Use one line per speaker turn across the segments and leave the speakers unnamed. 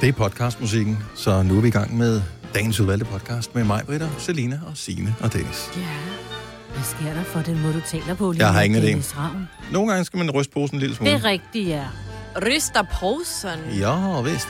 Det er podcastmusikken, så nu er vi i gang med dagens udvalgte podcast med mig, Britta, Selina og Sine og Dennis.
Ja. Hvad sker der for den måde, du taler på?
Jeg har ingen idé.
Dennis Ravn?
Nogle gange skal man ryste posen en lille smule.
Det er rigtigt, ja.
Ryster posen.
Ja, vist.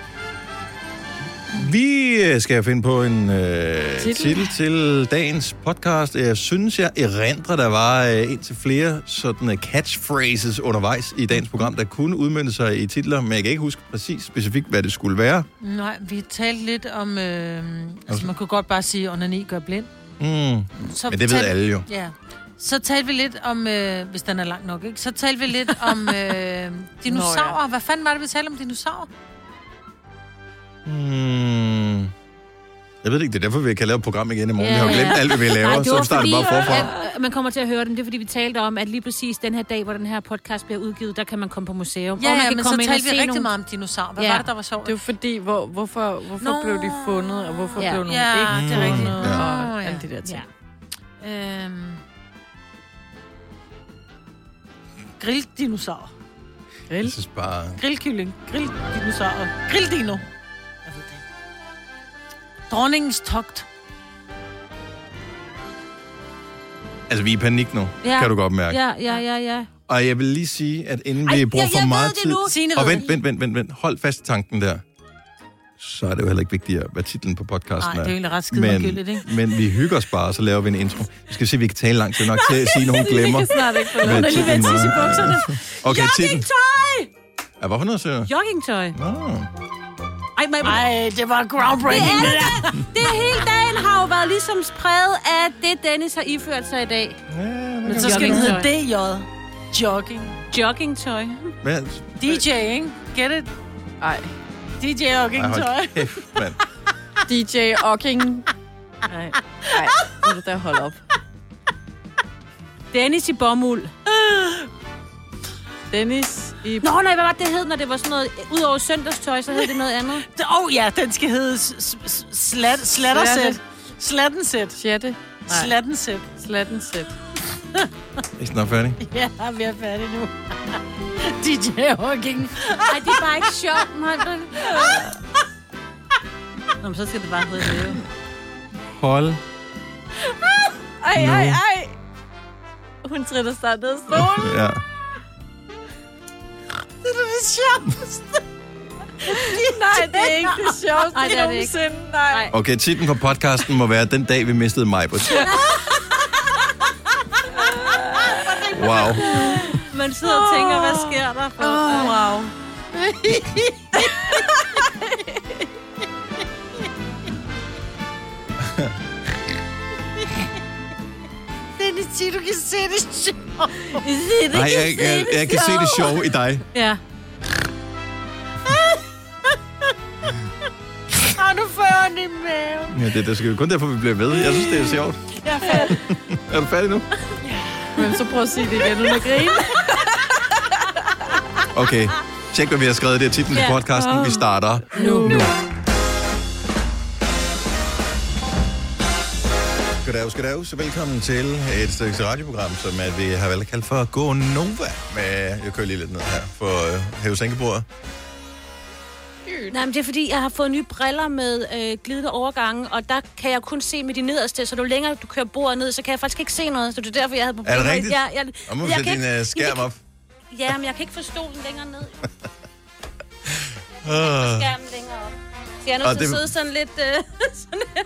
Vi øh, skal finde på en øh, titel.
Titel.
titel til dagens podcast. Jeg synes, jeg erindrer, der var øh, indtil flere sådan øh, catchphrases undervejs i dagens program, der kunne udmønte sig i titler, men jeg kan ikke huske præcis specifikt, hvad det skulle være.
Nej, vi talte lidt om... Øh, altså, man kunne godt bare sige, at onani gør blind.
Mm.
Så
Men det ved
talte-
alle jo.
Ja. Så talte vi lidt om, øh, hvis den er lang nok, ikke? Så talte vi lidt om øh, dinosaurer. Nå,
Nå,
ja. Hvad fanden var det, vi talte om dinosaurer?
Mm. Jeg ved det ikke, det er derfor, vi kan lave et program igen i morgen.
Ja,
Yeah. Vi har jo
ja.
glemt alt, hvad vi laver,
Ej,
Ej,
det
så
var
vi starter
fordi,
bare forfra.
at, øh, man kommer til at høre dem. Det er fordi, vi talte om, at lige præcis den her dag, hvor den her podcast bliver udgivet, der kan man komme på museum.
Ja,
og man
ja,
kan
men så
komme ind og
talte vi
se
rigtig
nogle...
meget om dinosaurer. Hvad
Ja.
ja. var det, der var sjovt?
Det er jo fordi, hvor, hvorfor, hvorfor
Nå.
blev de fundet, og hvorfor
Ja.
ja. blev nogle
Ja,
ikke
det er rigtigt.
fundet,
Ja.
Nå,
og
ja.
alle de der ting.
Ja.
Øhm, grilldinosaurer.
Jeg
Grill.
synes bare...
Grillkylling. Grilldinosaurer. Grilldino. Jeg ved det ikke. Dronningens togt.
Altså, vi er i panik nu,
Ja.
kan du godt mærke.
Ja, ja, ja, ja.
Og jeg vil lige sige, at inden
Ej,
vi
jeg-
bruger
jeg
for
ved
meget
det
tid...
nu. Signe
og
ved
vent,
det.
vent, vent, vent, vent. Hold fast i tanken der. Så er det jo heller ikke vigtigere, hvad titlen på podcasten
Nej, det er jo egentlig ret skide
men,
ligegyldigt, ikke?
men vi hygger os bare, og så laver vi en intro. Vi skal se, at vi kan tale langt til nok til at sige, at hun glemmer.
snart ikke
hvad titlen var. Okay, titlen.
Joggingtøj!
Ja, hvorfor noget, søger?
Joggingtøj.
Nå.
Ej, men... altså-
Ej, det var groundbreaking. Det er det.
Det hele dagen har jo været ligesom spredt af det, Dennis har iført sig i dag.
Ja,
Men
men,
så skal den hedde DJ. Jogging.
Joggingtøj.
men,
DJ, ikke? Get it?
Nej,
DJ
Ej,
joggingtøj.
hold kæft, mand.
DJ Ocking. Nej, nej, nu er det der, hold op.
Dennis i bomuld.
Dennis i...
Nå, nej, hvad var det, det hed, når det var sådan noget... Udover søndagstøj, så hed det noget andet.
Åh oh, ja, den skal hedde s- s- slat, slattersæt. Slattensæt.
6. Nej,
Slattensæt.
slatten sæt.
Jeg er snart færdig.
Ja, vi er færdige nu. DJ jogging.
Nej, det er bare ikke sjovt, Maja. Nå, men så skal det bare hedde det. jo.
Hold.
Ej, ej, ej. Hun triller snart ned af stolen.
Ja.
Det er det sjoveste.
Nej, det er ikke det sjoveste
Ej, det er det ikke.
nogensinde. Nej.
Nej.
Okay, titlen på podcasten må være Den dag, vi mistede mig. Wow.
Man sidder og tænker, hvad sker der? For? Oh, wow.
Dennis, sig, du kan se det sjovt.
Nej, jeg, jeg, jeg kan se det sjove i dig.
Ja.
Har du føren i maven?
Ja, det, det skal jo kun derfor, vi bliver ved. Jeg synes, det er sjovt.
Jeg er færdig.
Er du færdig nu?
Men så prøv at sige det igen, uden at grine.
Okay. Tjek, hvad vi har skrevet. Det er titlen til podcasten. Vi starter.
Nu. nu.
Goddag, goddag. Så velkommen til et stykke radioprogram, som at vi har valgt at kalde for Go Nova. Med, jeg kører lige lidt ned her for øh, hævesænkebordet.
Nej, men det er fordi, jeg har fået nye briller med øh, glidende overgange, og der kan jeg kun se med de nederste, så jo længere du kører bordet ned, så kan jeg faktisk ikke se noget. Så det er derfor, jeg havde problemer.
Er det rigtigt?
Jeg, jeg,
Og må vi
jeg
sætte
kan
din øh,
ikke-
skærm op.
Ja, men jeg kan ikke forstå den længere ned.
Uh.
Skærmen længere op. Så jeg er
Og
nødt til at
det-
sidde sådan lidt... Øh, sådan her.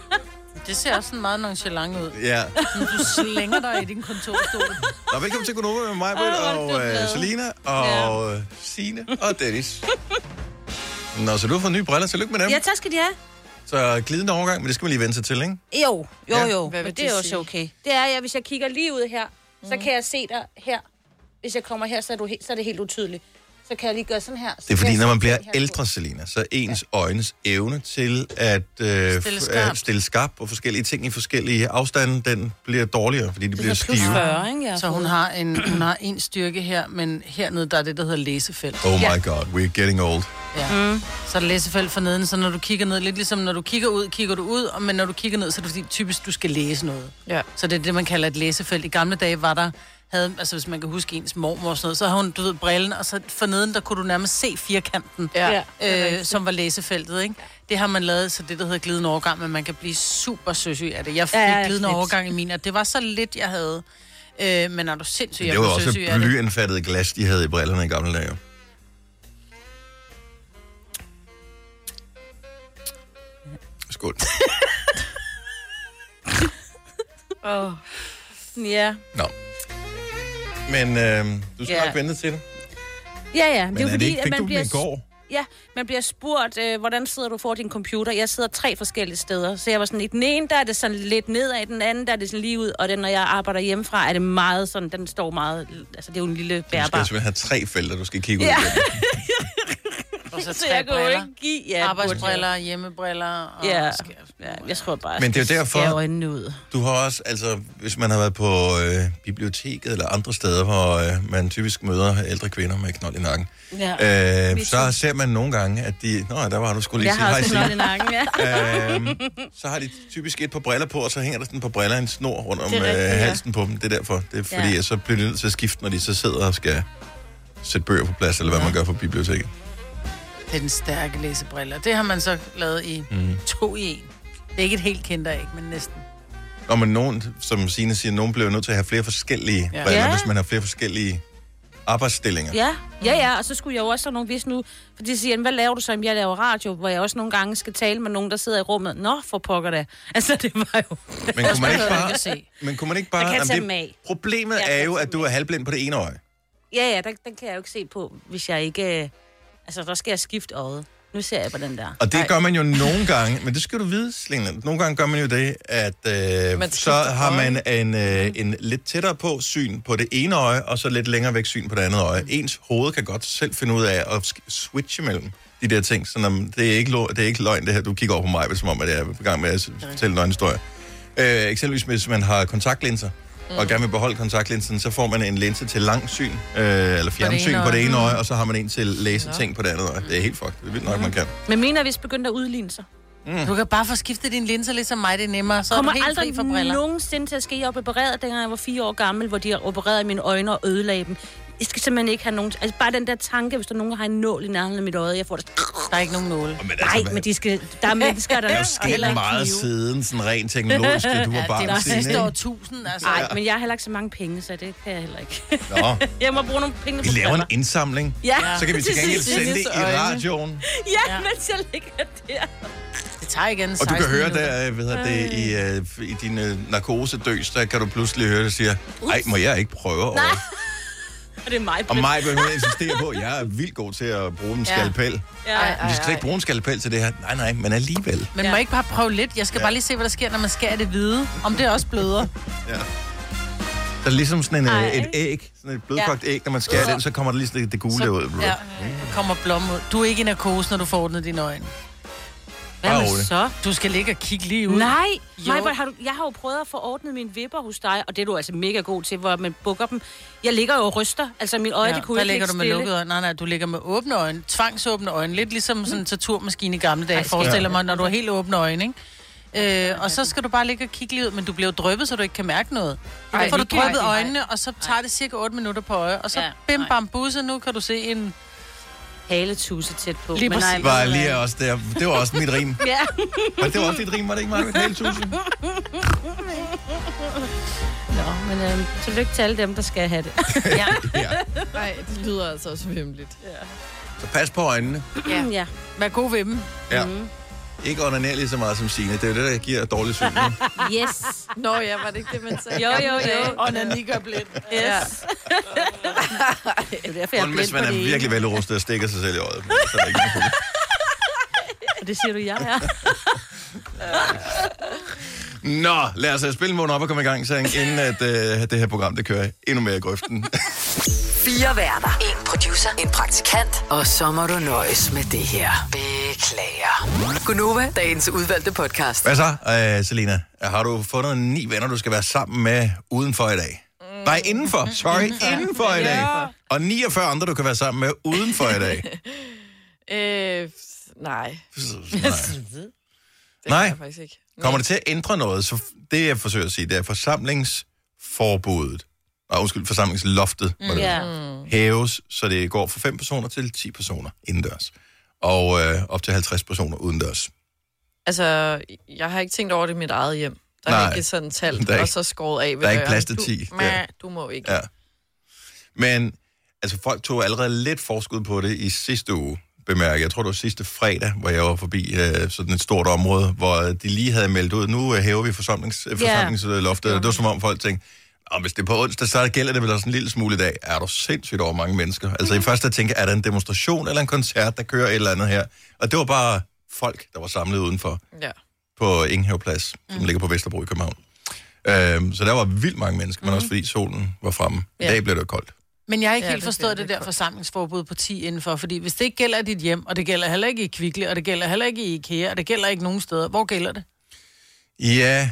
Det ser også sådan meget nonchalant ud.
Ja.
Du slænger dig i din kontorstol.
Nå, velkommen til Gunova med mig, Britt,
Åh, hvor
og
er det
øh,
glad.
Selina, og øh, Signe, og Dennis. Nå, så du har fået nye briller. Tillykke med dem.
Ja, tak skal de have.
Så glidende overgang, men det skal man lige vende sig til, ikke?
Jo, jo,
Ja.
jo.
Hvad vil
Men det
det
er også
sige?
okay. Det er, at hvis jeg kigger lige ud her, så kan jeg se dig her. Hvis jeg kommer her, så er, du he- så er det helt utydeligt. Så kan jeg lige gøre sådan her. Så
Det er fordi,
kan jeg
når man
se
bliver
den her
ældre, Selina, så er ens øjnes evne til at øh,
Stille
f-
skarpt.
øh, stille skarp på forskellige ting i forskellige afstande, den bliver dårligere, fordi de bliver
Plus
stive.
40, ikke? Jeg har
Så hun har, en, hun har en styrke her, men hernede, der er det, der hedder læsefelt.
Oh my god, we're getting old.
Ja. Mm. Så er der læsefelt for neden, så når du kigger ned, lidt ligesom når du kigger ud, kigger du ud, og- men når du kigger ned, så er det fordi, typisk, du skal læse noget.
Ja.
Så det er det, man kalder et læsefelt. I gamle dage var der havde, altså hvis man kan huske ens mormor og sådan noget, så havde hun, du ved, brillen, og så forneden, der kunne du nærmest se firkanten,
Ja, det er
øh,
rigtigt.
som var læsefeltet, ikke? Det har man lavet, så det, der hedder glidende overgang, men man kan blive super søsyg af det. Jeg fik
Ja,
ja,
ja,
glidende
lidt.
overgang i min, og det var så lidt, jeg havde. Øh, men er du sindssyg, jeg
Det var
blev
også
søsyg af det.
blyindfattet glas, de havde i brillerne i gamle dage. Skål.
Åh. Ja.
Nå. Men øh, du skal
Ja.
yeah. nok vente til det.
Ja, ja.
Men
det er, jo
er
fordi,
det ikke,
at
fik
man
du
bliver,
den i går?
Ja, man bliver spurgt, øh, hvordan sidder du for din computer? Jeg sidder tre forskellige steder. Så jeg var sådan, i den ene, der er det sådan lidt nedad, i den anden, der er det sådan lige ud. Og den, når jeg arbejder hjemmefra, er det meget sådan, den står meget... Altså, det er jo en lille
Du skal
bærbar.
simpelthen have tre felter, du skal kigge ud ja.
Og så
Så
tre
jeg kan jo
briller.
ikke give... Ja,
Arbejdsbriller, hjemmebriller. Og
Ja,
skæ-
ja, jeg tror bare,
Men det er jo
jeg skal
derfor-
skære øjnene ud.
Du har også, altså, hvis man har været på øh, biblioteket eller andre steder, hvor øh, man typisk møder ældre kvinder med knold i nakken,
Ja.
øh, så ser man nogle gange, at de... Nå, ja, der var du skulle lige
Jeg
sige
har
hej,
også
Signe.
knold i nakken, ja.
øhm, så har de typisk et par briller på, og så hænger der sådan på briller en snor rundt om
Det er rigtigt,
øh,
ja.
halsen på dem. Det er derfor. Det er fordi,
Ja.
ja. så bliver de nødt til at skifte, når de så sidder og skal sætte bøger på plads, eller hvad man gør på biblioteket.
Det er den stærke læsebriller. Det har man så lavet i mm. to i en. Det er ikke et helt kinderæg, men næsten.
Når man nogen, som Signe siger, nogen bliver nødt til at have flere forskellige
Ja.
ja. briller,
Ja.
hvis man har flere forskellige arbejdsstillinger. Ja.
Ja, ja, ja, og så skulle jeg jo også have nogle vis nu, for de siger, "Jamen, hvad laver du så, Jamen, jeg laver radio, hvor jeg også nogle gange skal tale med nogen, der sidder i rummet. Nå, for pokker da. Altså, det var jo...
Men kunne man ikke
behøver du
bare...
ikke at se.
Men kunne man ikke bare...
Jeg kan
Jamen,
tage
det-
dem af.
Problemet
Jeg
er
kan
jo,
tage
at du er halvblind på det ene øje.
Ja, ja, den, den kan jeg jo ikke se på, hvis jeg ikke... øh, Altså, der skal jeg skifte øjet. Nu ser jeg på den der.
Og det gør man jo nogle gange, men det skal du vide, Selina. Nogle gange gør man jo det, at øh,
Man
så
skifter
har
øje.
man en, øh, en lidt tættere på syn på det ene øje, og så lidt længere væk syn på det andet øje. Ens hoved kan godt selv finde ud af at sk- switche mellem de der ting. Så om, det, er ikke lo- det er ikke løgn, det her. Du kigger over på mig, som om at jeg er i gang med at s- fortælle en løgnhistorie. Øh, eksempelvis hvis man har kontaktlinser, mm. og gerne vil beholde kontaktlinsen, så får man en linse til langsyn, øh, eller fjernsyn
ene
på det
øje.
ene øje, og så har man en til læseting på det andet øje. Det er helt fucked. Det er vildt nok, man kan.
Men mine er vist begyndt at udligne sig.
Mm. Du kan bare få skiftet dine linser lidt som mig, det er nemmere. Så
Kommer
er du helt fri for
aldrig
briller.
nogensinde til at ske. Jeg blev opereret, dengang jeg var fire år gammel, hvor de har opereret mine øjne og ødelagde dem. Jeg skal simpelthen ikke have nogen... Altså, bare den der tanke, hvis der er nogen, der har en nål i nærheden af mit øje, jeg får det...
Der er ikke nogen nåle.
Men altså,
Nej,
hvad-
men de skal... Der er mennesker, der...
Der er jo sket meget siden, sådan rent teknologisk, da du var
Ja,
barn.
det var
Signe,
sidste
ikke?
år tusind, altså.
Nej, men jeg har heller ikke så mange penge, så det kan jeg heller ikke.
Nå,
Jeg må bruge nogle penge
vi
på
laver en
briller.
indsamling.
Ja,
Så kan vi til gengæld
Cecilies
sende det i
øjne.
radioen.
Ja, ja, mens jeg ligger der.
Det tager igen
Og du
16
kan høre
minutter.
der, øh, hvad hedder det, i, øh, i din øh, narkosedøs, der kan du pludselig høre det siger, nej, må jeg ikke prøve over.
Øh, Og det er mig.
Og mig behøver jeg insistere på, jeg er vildt god til at bruge en
Ja.
skalpel.
Ja.
Men vi skal slet ikke bruge en skalpel til det her. Nej, nej, men alligevel.
Men må jeg ikke bare prøve lidt? Jeg skal bare lige se, hvad der sker, når man skærer det hvide. Om det også bløder.
Ja. Der er ligesom sådan en, øh,
Ej.
et æg, sådan et blødkogt æg, når man skærer den, så kommer der lige sådan det, det gule ud.
ja, der kommer blom ud. Du er ikke i narkose, når du får ordnet dine øjne.
Hvad
Bare
med
rolig.
så?
Du skal ligge og kigge lige ud.
Nej,
Jo.
Majbert, har du, jeg har jo prøvet at få ordnet mine vipper hos dig, og det er du altså mega god til, hvor man bukker dem. Jeg ligger jo og ryster, altså min øje, ja, det kunne
der
ikke
ligger
ligge
du med
stille.
lukkede øjne. Nej, nej, du ligger med åbne øjne. Tvangsåbne øjne. Lidt ligesom
Mm.
sådan en torturmaskine i gamle dage, forestiller mig, når du har helt åbne øjne, ikke? Øh, og så skal du bare ligge og kigge lige ud, men du bliver jo dryppet, så du ikke kan mærke noget.
Ej,
Så får du
det giver
dryppet
ikke-
øjnene, og så tager det cirka 8 minutter på øje, og så
Ja,
bim
nej.
bam busse, nu kan du se en...
Haletuse tæt på.
Lige
men nej,
præcis.
Var lige også der. Det var også mit rim.
ja.
Men det var også dit rim, var det ikke, Marvind? Hele tusind.
Nå, men øhm, tillykke til alle dem, der skal have det.
Ja,
Ja.
Nej, det lyder altså også vimligt.
Så pas på øjnene.
ja. ja.
vær god ved dem.
Ja. Mm. Ikke onaner lige så meget som Signe. Det er jo det, der giver dårlig syn. ikke?
Yes.
Nå ja, var det ikke det, man sagde?
Jo, jo, jo.
Og nanikker blidt.
Yes. det er derfor, jeg er
Kun
blind
hvis
på
man er
det ene.
virkelig velrustet og stikker sig selv i øjet. Så er der ikke noget problem.
Og det siger du, jeg er.
Nå, lad os øh, spille måden op og komme i gang, så inden at øh, det her program det kører endnu mere i grøften.
Fire værter. En producer. En praktikant. Og så må du nøjes med det her. Beklager. Gunova, dagens udvalgte podcast.
Hvad så, øh, Selina? Har du fundet ni venner, du skal være sammen med udenfor i dag? Nej, indenfor. Sorry, indenfor i dag. Og 49 andre, du kan være sammen med udenfor i dag.
Øh, nej,
Nej.
det
Nej.
kan jeg faktisk ikke.
Kommer det til at ændre noget? Så f- det, jeg forsøger at sige, det er forsamlingsforbuddet nej, undskyld, forsamlingsloftet, mm. det
Ja.
hæves, så det går fra 5 personer til 10 personer indendørs. Og øh, op til 50 personer udendørs.
Altså, jeg har ikke tænkt over det i mit eget hjem. Der er
Nej.
ikke et sådan tal,
Der er
og
ikke-
så skåret af ved
der er ikke
døren.
plads til 10
Du,
der.
mæh, du må ikke.
Ja. Men altså, folk tog allerede lidt forskud på det i sidste uge, bemærker. Jeg tror, det var sidste fredag, hvor jeg var forbi øh, sådan et stort område, hvor øh, de lige havde meldt ud, nu øh, hæver vi forsamlings, øh, forsamlingsloftet. Yeah. Det var som om folk tænkte, og hvis det er på onsdag, så gælder det vel også en lille smule i dag. Er du sindssygt over mange mennesker? Altså i første tænker jeg, er der en demonstration eller en koncert, der kører et eller andet her? Og det var bare folk, der var samlet udenfor
Ja.
på Ingenhav Plads,
Mm.
som ligger på Vesterbro i København. Øhm, så der var vildt mange mennesker, men
Mm.
også fordi solen var fremme. I
Ja.
dag blev det koldt.
Men jeg har ikke
Ja,
ja, helt
det
forstået
bliver
det, det der
lidt
forsamlingsforbud på 10 indenfor, fordi hvis det ikke gælder i dit hjem, og det gælder heller ikke i Kvickly, og det gælder heller ikke i IKEA, og det gælder ikke nogen steder, hvor gælder det?
Ja,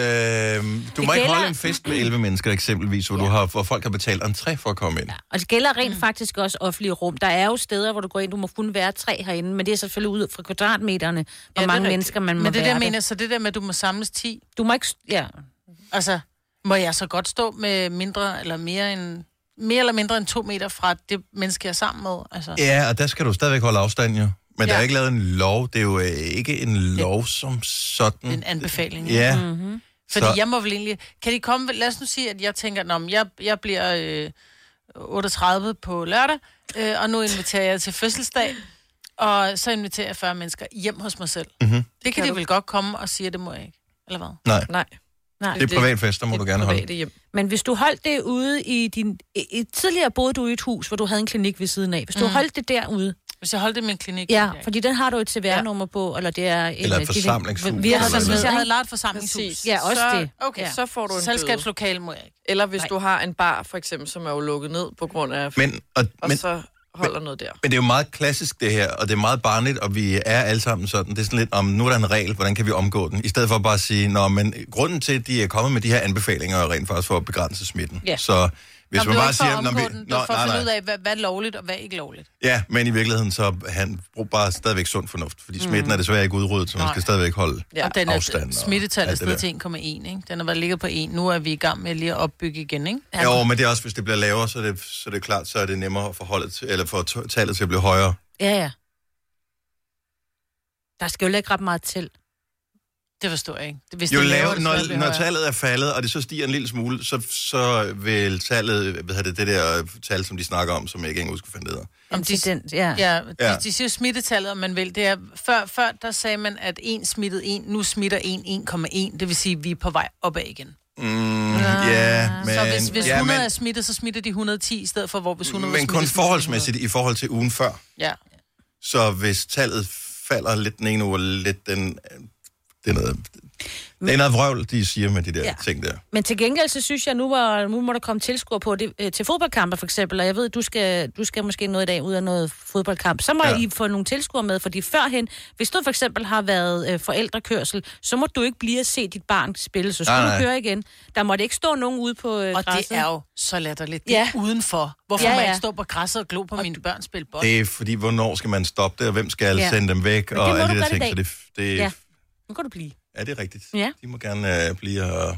øhm, du det må ikke
gælder-
holde en fest med 11 mennesker eksempelvis, hvor, ja. du har, hvor folk har betalt entré for at komme ind.
Og det gælder
Mm.
rent faktisk også offentlige rum. Der er jo steder, hvor du går ind, du må kun være tre herinde, men det er selvfølgelig ud fra kvadratmeterne, hvor
er
ja, mange
rigtigt.
mennesker man må
Men det
være
der mener, jeg, så det der med, at du må samles 10,
Du må ikke... Ja.
altså, må jeg så godt stå med mindre eller mere end, mere eller mindre end to meter fra det menneske, jeg er sammen med? Altså,
Ja, og der skal du stadigvæk holde afstand, jo. Men ja. der er
Ja.
ikke lavet en lov. Det er jo øh, ikke en lov som sådan.
en anbefaling.
Ja,
Mhm.
Mm-hmm.
Fordi
Så-
så... jeg må vel egentlig... Kan de komme... Lad os nu sige, at jeg tænker, Nå, men jeg, jeg bliver øh, 38 på lørdag, øh, og nu inviterer jeg til fødselsdag, og så inviterer jeg 40 mennesker hjem hos mig selv. Mm-hmm. Det, det kan
kan
de
du.
vel godt komme og sige, at det må jeg ikke. Eller hvad?
Mhm. nej.
Nej.
Nej.
Det er privat fest, der må du gerne holde.
private hjem.
Men hvis du holdt det ude i din... I, i, tidligere boede du i et hus, hvor du havde en klinik ved siden af. Hvis du holdt det derude,
Hvis jeg holdt det i min Mm. klinik...
ja,
ville jeg ikke.
fordi den har du et CVR-nummer på, eller det er... En,
Eller et
det er-
forsamlingshus,
Vi- Vi
eller
har
noget.
Altså, hvis jeg havde
sådan
lejet et forsamlingshus,
Præcis.
Ja, også
så,
det.
Okay,
Ja.
så
Så får du en Selskabslo-
selskabslokale må jeg ikke.
Eller hvis
Nej.
du har en bar, for eksempel, som er jo lukket ned på grund af...
Men, og,
og
men,
så holder noget der.
Men det er jo meget klassisk det her, og det er meget barnligt, og vi er alle sammen sådan. Det er sådan lidt om, nu er der en regel, hvordan kan vi omgå den? I stedet for bare at sige, nå, men grunden til, at de er kommet med de her anbefalinger, er rent faktisk for at begrænse smitten.
Ja.
Så hvis
Nå,
man
det var
bare
ikke for
siger,
at
"Nå,
omgå
vi-
den, det
nå,
var for at
nej,
finde ud
nej.
af, hvad, hvad er lovligt og hvad er ikke lovligt.
Ja, men i virkeligheden, så han brug bare stadigvæk sund fornuft, fordi smitten mm. er desværre ikke udryddet, så man
Nej.
skal stadigvæk holde
Ja. Og den
afstand
er
og
smittetallet er
alt det
stedet til 1,1, ikke? Den har været ligget på 1. Nu er vi i gang med lige at opbygge igen, ikke?
Jo, men det er også, hvis det bliver lavere, så er det, så er det klart, så er det nemmere at forholde til, eller for t- tallet til at blive højere.
Ja, ja. Der skal jo ikke ret meget til.
Det forstår jeg ikke. Hvis
Jo
det er
lavere,
det
når,
skal
når
være højere.
tallet er faldet, og det så stiger en lille smule, så, så vil tallet, hvad hedder det, det der øh, tal, som de snakker om, som jeg ikke engang husker, hvad det hedder.
Om de-
Incident, ja. ja.
Ja, de,
Ja.
ja. de siger smittetallet, om man vil. Det er, før, før der sagde man, at en smittede en, nu smitter en 1,1. Det vil sige, at vi er på vej opad igen.
Mm, ja,
Ah.
men,
Ah, så hvis, hvis
ja,
100 er
men,
smittet, så smitter de 110 i stedet for, hvor hvis 100 er
men kun
smittet, så smitter de
forholdsmæssigt i forhold til ugen før.
100. Ja.
Så hvis tallet falder lidt den ene uge, og lidt den... øh, Det er noget, det er noget vrøvl, de siger med de der ja.
Ja.
ting der.
Men til gengæld, så synes jeg, nu, var, nu må der komme tilskuer på det, øh, til fodboldkampe for eksempel, og jeg ved, du skal, du skal måske noget i dag ud af noget fodboldkamp, så må
Ja.
ja. I få nogle tilskuere med, fordi førhen, hvis du for eksempel har været øh, forældrekørsel, så må du ikke blive at se dit barn spille, så skulle
Nej, nej.
du køre igen. Der måtte ikke stå nogen ude på øh,
Og det
græsset.
er jo så latterligt. Det er
Ja.
udenfor. Hvorfor
Ja,
ja, ja. må jeg
ja.
ikke stå på græsset og glo på mine børn spille bold?
Det er fordi, hvornår skal man stoppe det, og hvem skal ja.
Ja.
sende dem væk,
det må
og alle
du
de der
godt i
ting. Så
dag.
det, det ja.
Ja. Nu kan du blive.
er det rigtigt.
Ja.
De må gerne øh, blive og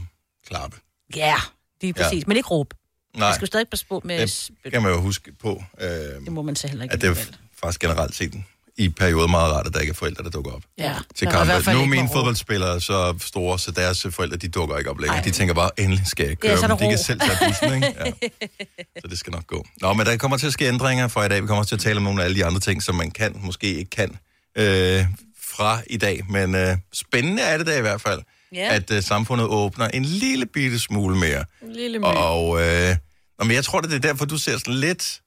klappe.
Ja, yeah. lige
Ja.
præcis. Ja. Men ikke råbe.
Nej.
Jeg skal jo stadig passe på med...
Det
Det,
kan man jo huske på, øh,
det må man så heller ikke.
at det er
alligevel.
f- faktisk generelt set i perioder meget rart, at der ikke er forældre, der dukker op
Ja.
til
Der var i hvert
kampe.
fald
Nu er
ikke
mine
nogen råd.
fodboldspillere så store, så deres forældre, de dukker ikke op længere. De tænker bare, endelig skal jeg køre,
Ja, så er
men
der
de kan
ro.
selv tage bussen, ikke? Ja. Så det skal nok gå. Nå, men der kommer til at ske ændringer fra i dag. Vi kommer også til at tale om nogle af alle de andre ting, som man kan, måske ikke kan øh, fra i dag. Men øh, spændende er det da i hvert fald,
Ja.
at øh, samfundet åbner en lille bitte smule mere.
En lille my.
Og øh, nå, men jeg tror, det er derfor, du ser sådan lidt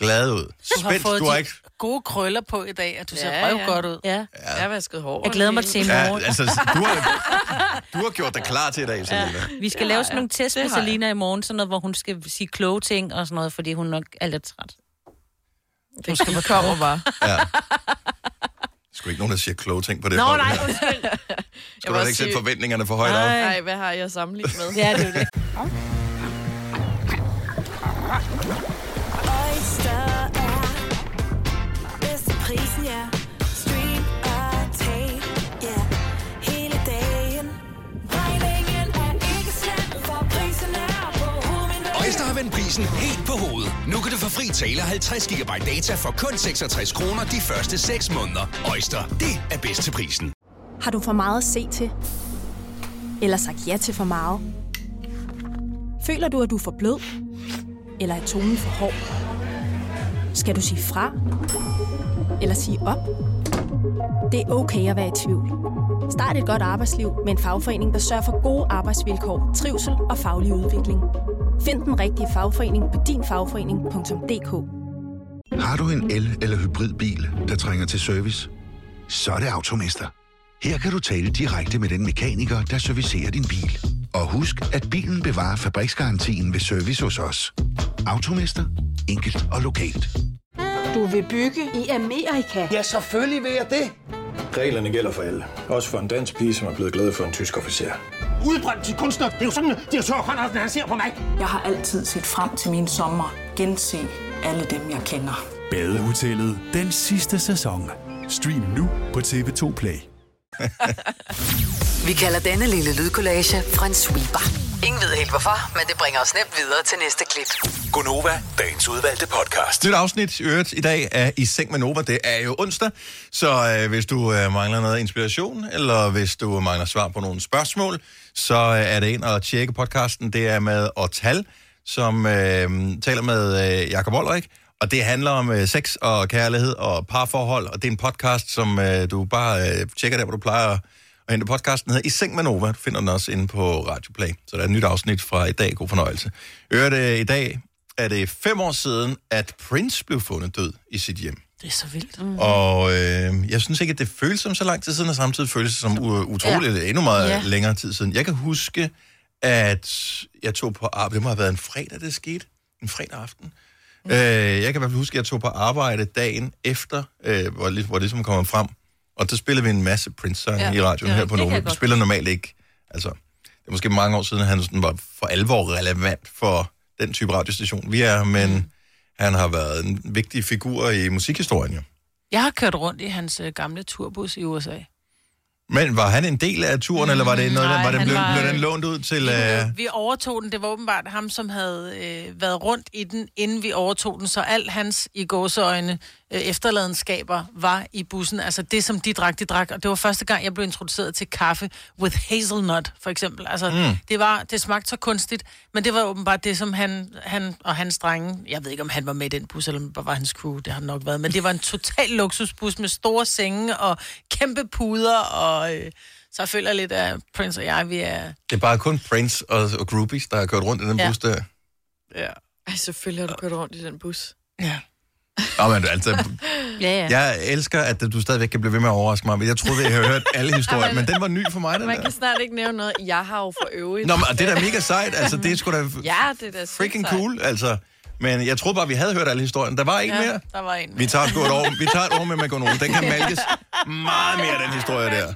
glad ud.
Du har
Spændt,
fået
du har
de
ikke...
gode krøller på i dag, og du ser
Ja,
ja,
ja.
godt ud.
Ja.
Ja. Jeg har vasket hår.
Jeg glæder mig til i
Ja,
morgen.
altså, du har, du har gjort dig klar til i dag, Selina.
Vi skal ja, lave sådan nogle tests med
Det har jeg.
Selina i morgen, sådan noget, hvor hun skal sige kloge ting og sådan noget, fordi hun nok er lidt træt.
Det skal bare komme bare.
Ja. Sgu ikke nogen, der siger kloge ting på det.
Nå,
hold.
nej,
Skulle
undskyld.
du heller ikke sætte forventningerne for højt op?
Nej.
Nej, hvad har jeg sammenlignet med?
Ja, det er jo det.
Oyster er bedst til prisen, ja. Stream og tag, ja. Hele dagen. Regningen er ikke slem, for prisen er på hovedet.
Bejster har vendt prisen helt på hovedet. Nu kan du få fri tale 50 GB data for kun 66 kroner de første 6 måneder. Øjster, det er bedst til prisen.
Har du for meget at se til? Eller sagt ja til for meget? Føler du, at du er for blød? Eller er tonen for hård? Skal du sige fra? Eller sige op? Det er okay at være i tvivl. Start et godt arbejdsliv med en fagforening, der sørger for gode arbejdsvilkår, trivsel og faglig udvikling. Find den rigtige fagforening på dinfagforening.dk
Har du en el- eller hybridbil, der trænger til service? Så er det Automester. Her kan du tale direkte med den mekaniker, der servicerer din bil. Og husk, at bilen bevarer fabriksgarantien ved service hos os. Automester. Enkelt og lokalt.
Du vil bygge i Amerika? Ja, selvfølgelig vil jeg det.
Reglerne gælder for alle. Også for en dansk pige, som er blevet glad for en tysk officer.
Udbrændt til kunstner. Det er jo sådan, at de har tørt, han ser på mig. Jeg har altid set frem til min sommer. Gense alle dem, jeg kender.
Badehotellet den sidste sæson. Stream nu på TV2 Play.
Vi kalder denne lille lydkollage en sweeper. Ingen ved helt hvorfor, men det bringer os nemt videre til næste klip.
Gonova, dagens udvalgte podcast.
Nyt afsnit i øvrigt i dag af I Seng med Nova. Det er jo onsdag, så øh, hvis du øh, mangler noget inspiration, eller hvis du mangler svar på nogle spørgsmål, så øh, er det ind og tjekke podcasten. Det er med Otal, som øh, taler med øh, Jakob Olrik, og det handler om øh, sex og kærlighed og parforhold, og det er en podcast, som øh, du bare øh, tjekker der, hvor du plejer at hente podcasten. Den hedder I Seng med Nova. Du finder den også inde på Radio Play. Så der er et nyt afsnit fra i dag. God fornøjelse. Øret øh, i dag er det fem år siden, at Prince blev fundet død i sit hjem.
Det er så vildt. Mm.
Og øh, jeg synes ikke, at det føles som så lang tid siden, og samtidig føles det som u- øh, utroligt ja. endnu meget
Ja.
ja. længere tid siden. Jeg kan huske, at jeg tog på arbejde. Det må have været en fredag, det skete. En fredag aften. Mm. Øh, jeg kan i hvert fald huske, at jeg tog på arbejde dagen efter, øh, hvor, lig- hvor det som kommer frem. Og der spiller vi en masse Prince-sange
Ja.
ja. i radioen
Ja,
ja, her på
det kan
Nova.
jeg
Vi
godt
spiller normalt ikke. Altså, det er måske mange år siden, at han sådan var for alvor relevant for den type radiostation, vi er, men mm. han har været en vigtig figur i musikhistorien jo.
Jeg har kørt rundt i hans øh, gamle turbus i USA.
Men var han en del af turen, mm, eller var det noget,
nej,
nej, var den
han
blev,
var-
blev den lånt ud til... Øh,
Øh... Vi overtog den. Det var åbenbart ham, som havde øh, været rundt i den, inden vi overtog den. Så alt hans i gåseøjne øh, efterladenskaber var i bussen. Altså det, som de drak, de drak. Og det var første gang, jeg blev introduceret til kaffe with hazelnut, for eksempel. Altså mm.
Mm.
det, var, det smagte så kunstigt. Men det var åbenbart det, som han, han og hans drenge... Jeg ved ikke, om han var med i den bus, eller om det var hans crew. Det har han nok været. Men det var en total luksusbus med store senge og kæmpe puder. Og øh, så jeg føler lidt, at Prince og jeg, vi er...
det er bare kun Prince og, og groupies, der har kørt rundt i den
Ja.
ja. bus der.
Ja.
Ej, selvfølgelig har du kørt rundt i den bus.
Ja.
Nå, men altså,
ja, ja.
jeg elsker, at du stadigvæk kan blive ved med at overraske mig, men jeg troede, at jeg havde hørt alle historier, men den var ny for mig, den
Man
der.
kan snart ikke nævne noget. Jeg har jo for øvrigt.
Nå, men og det er da mega sejt, altså det er sgu da
Ja, det er da sygt
freaking
sejt.
cool, altså. Men jeg troede bare, vi havde hørt alle historien. Der var ikke
Ja,
mere.
Der var en
Vi tager sgu et år, vi tager et år med Magonol. Den kan malkes meget mere, den historie der.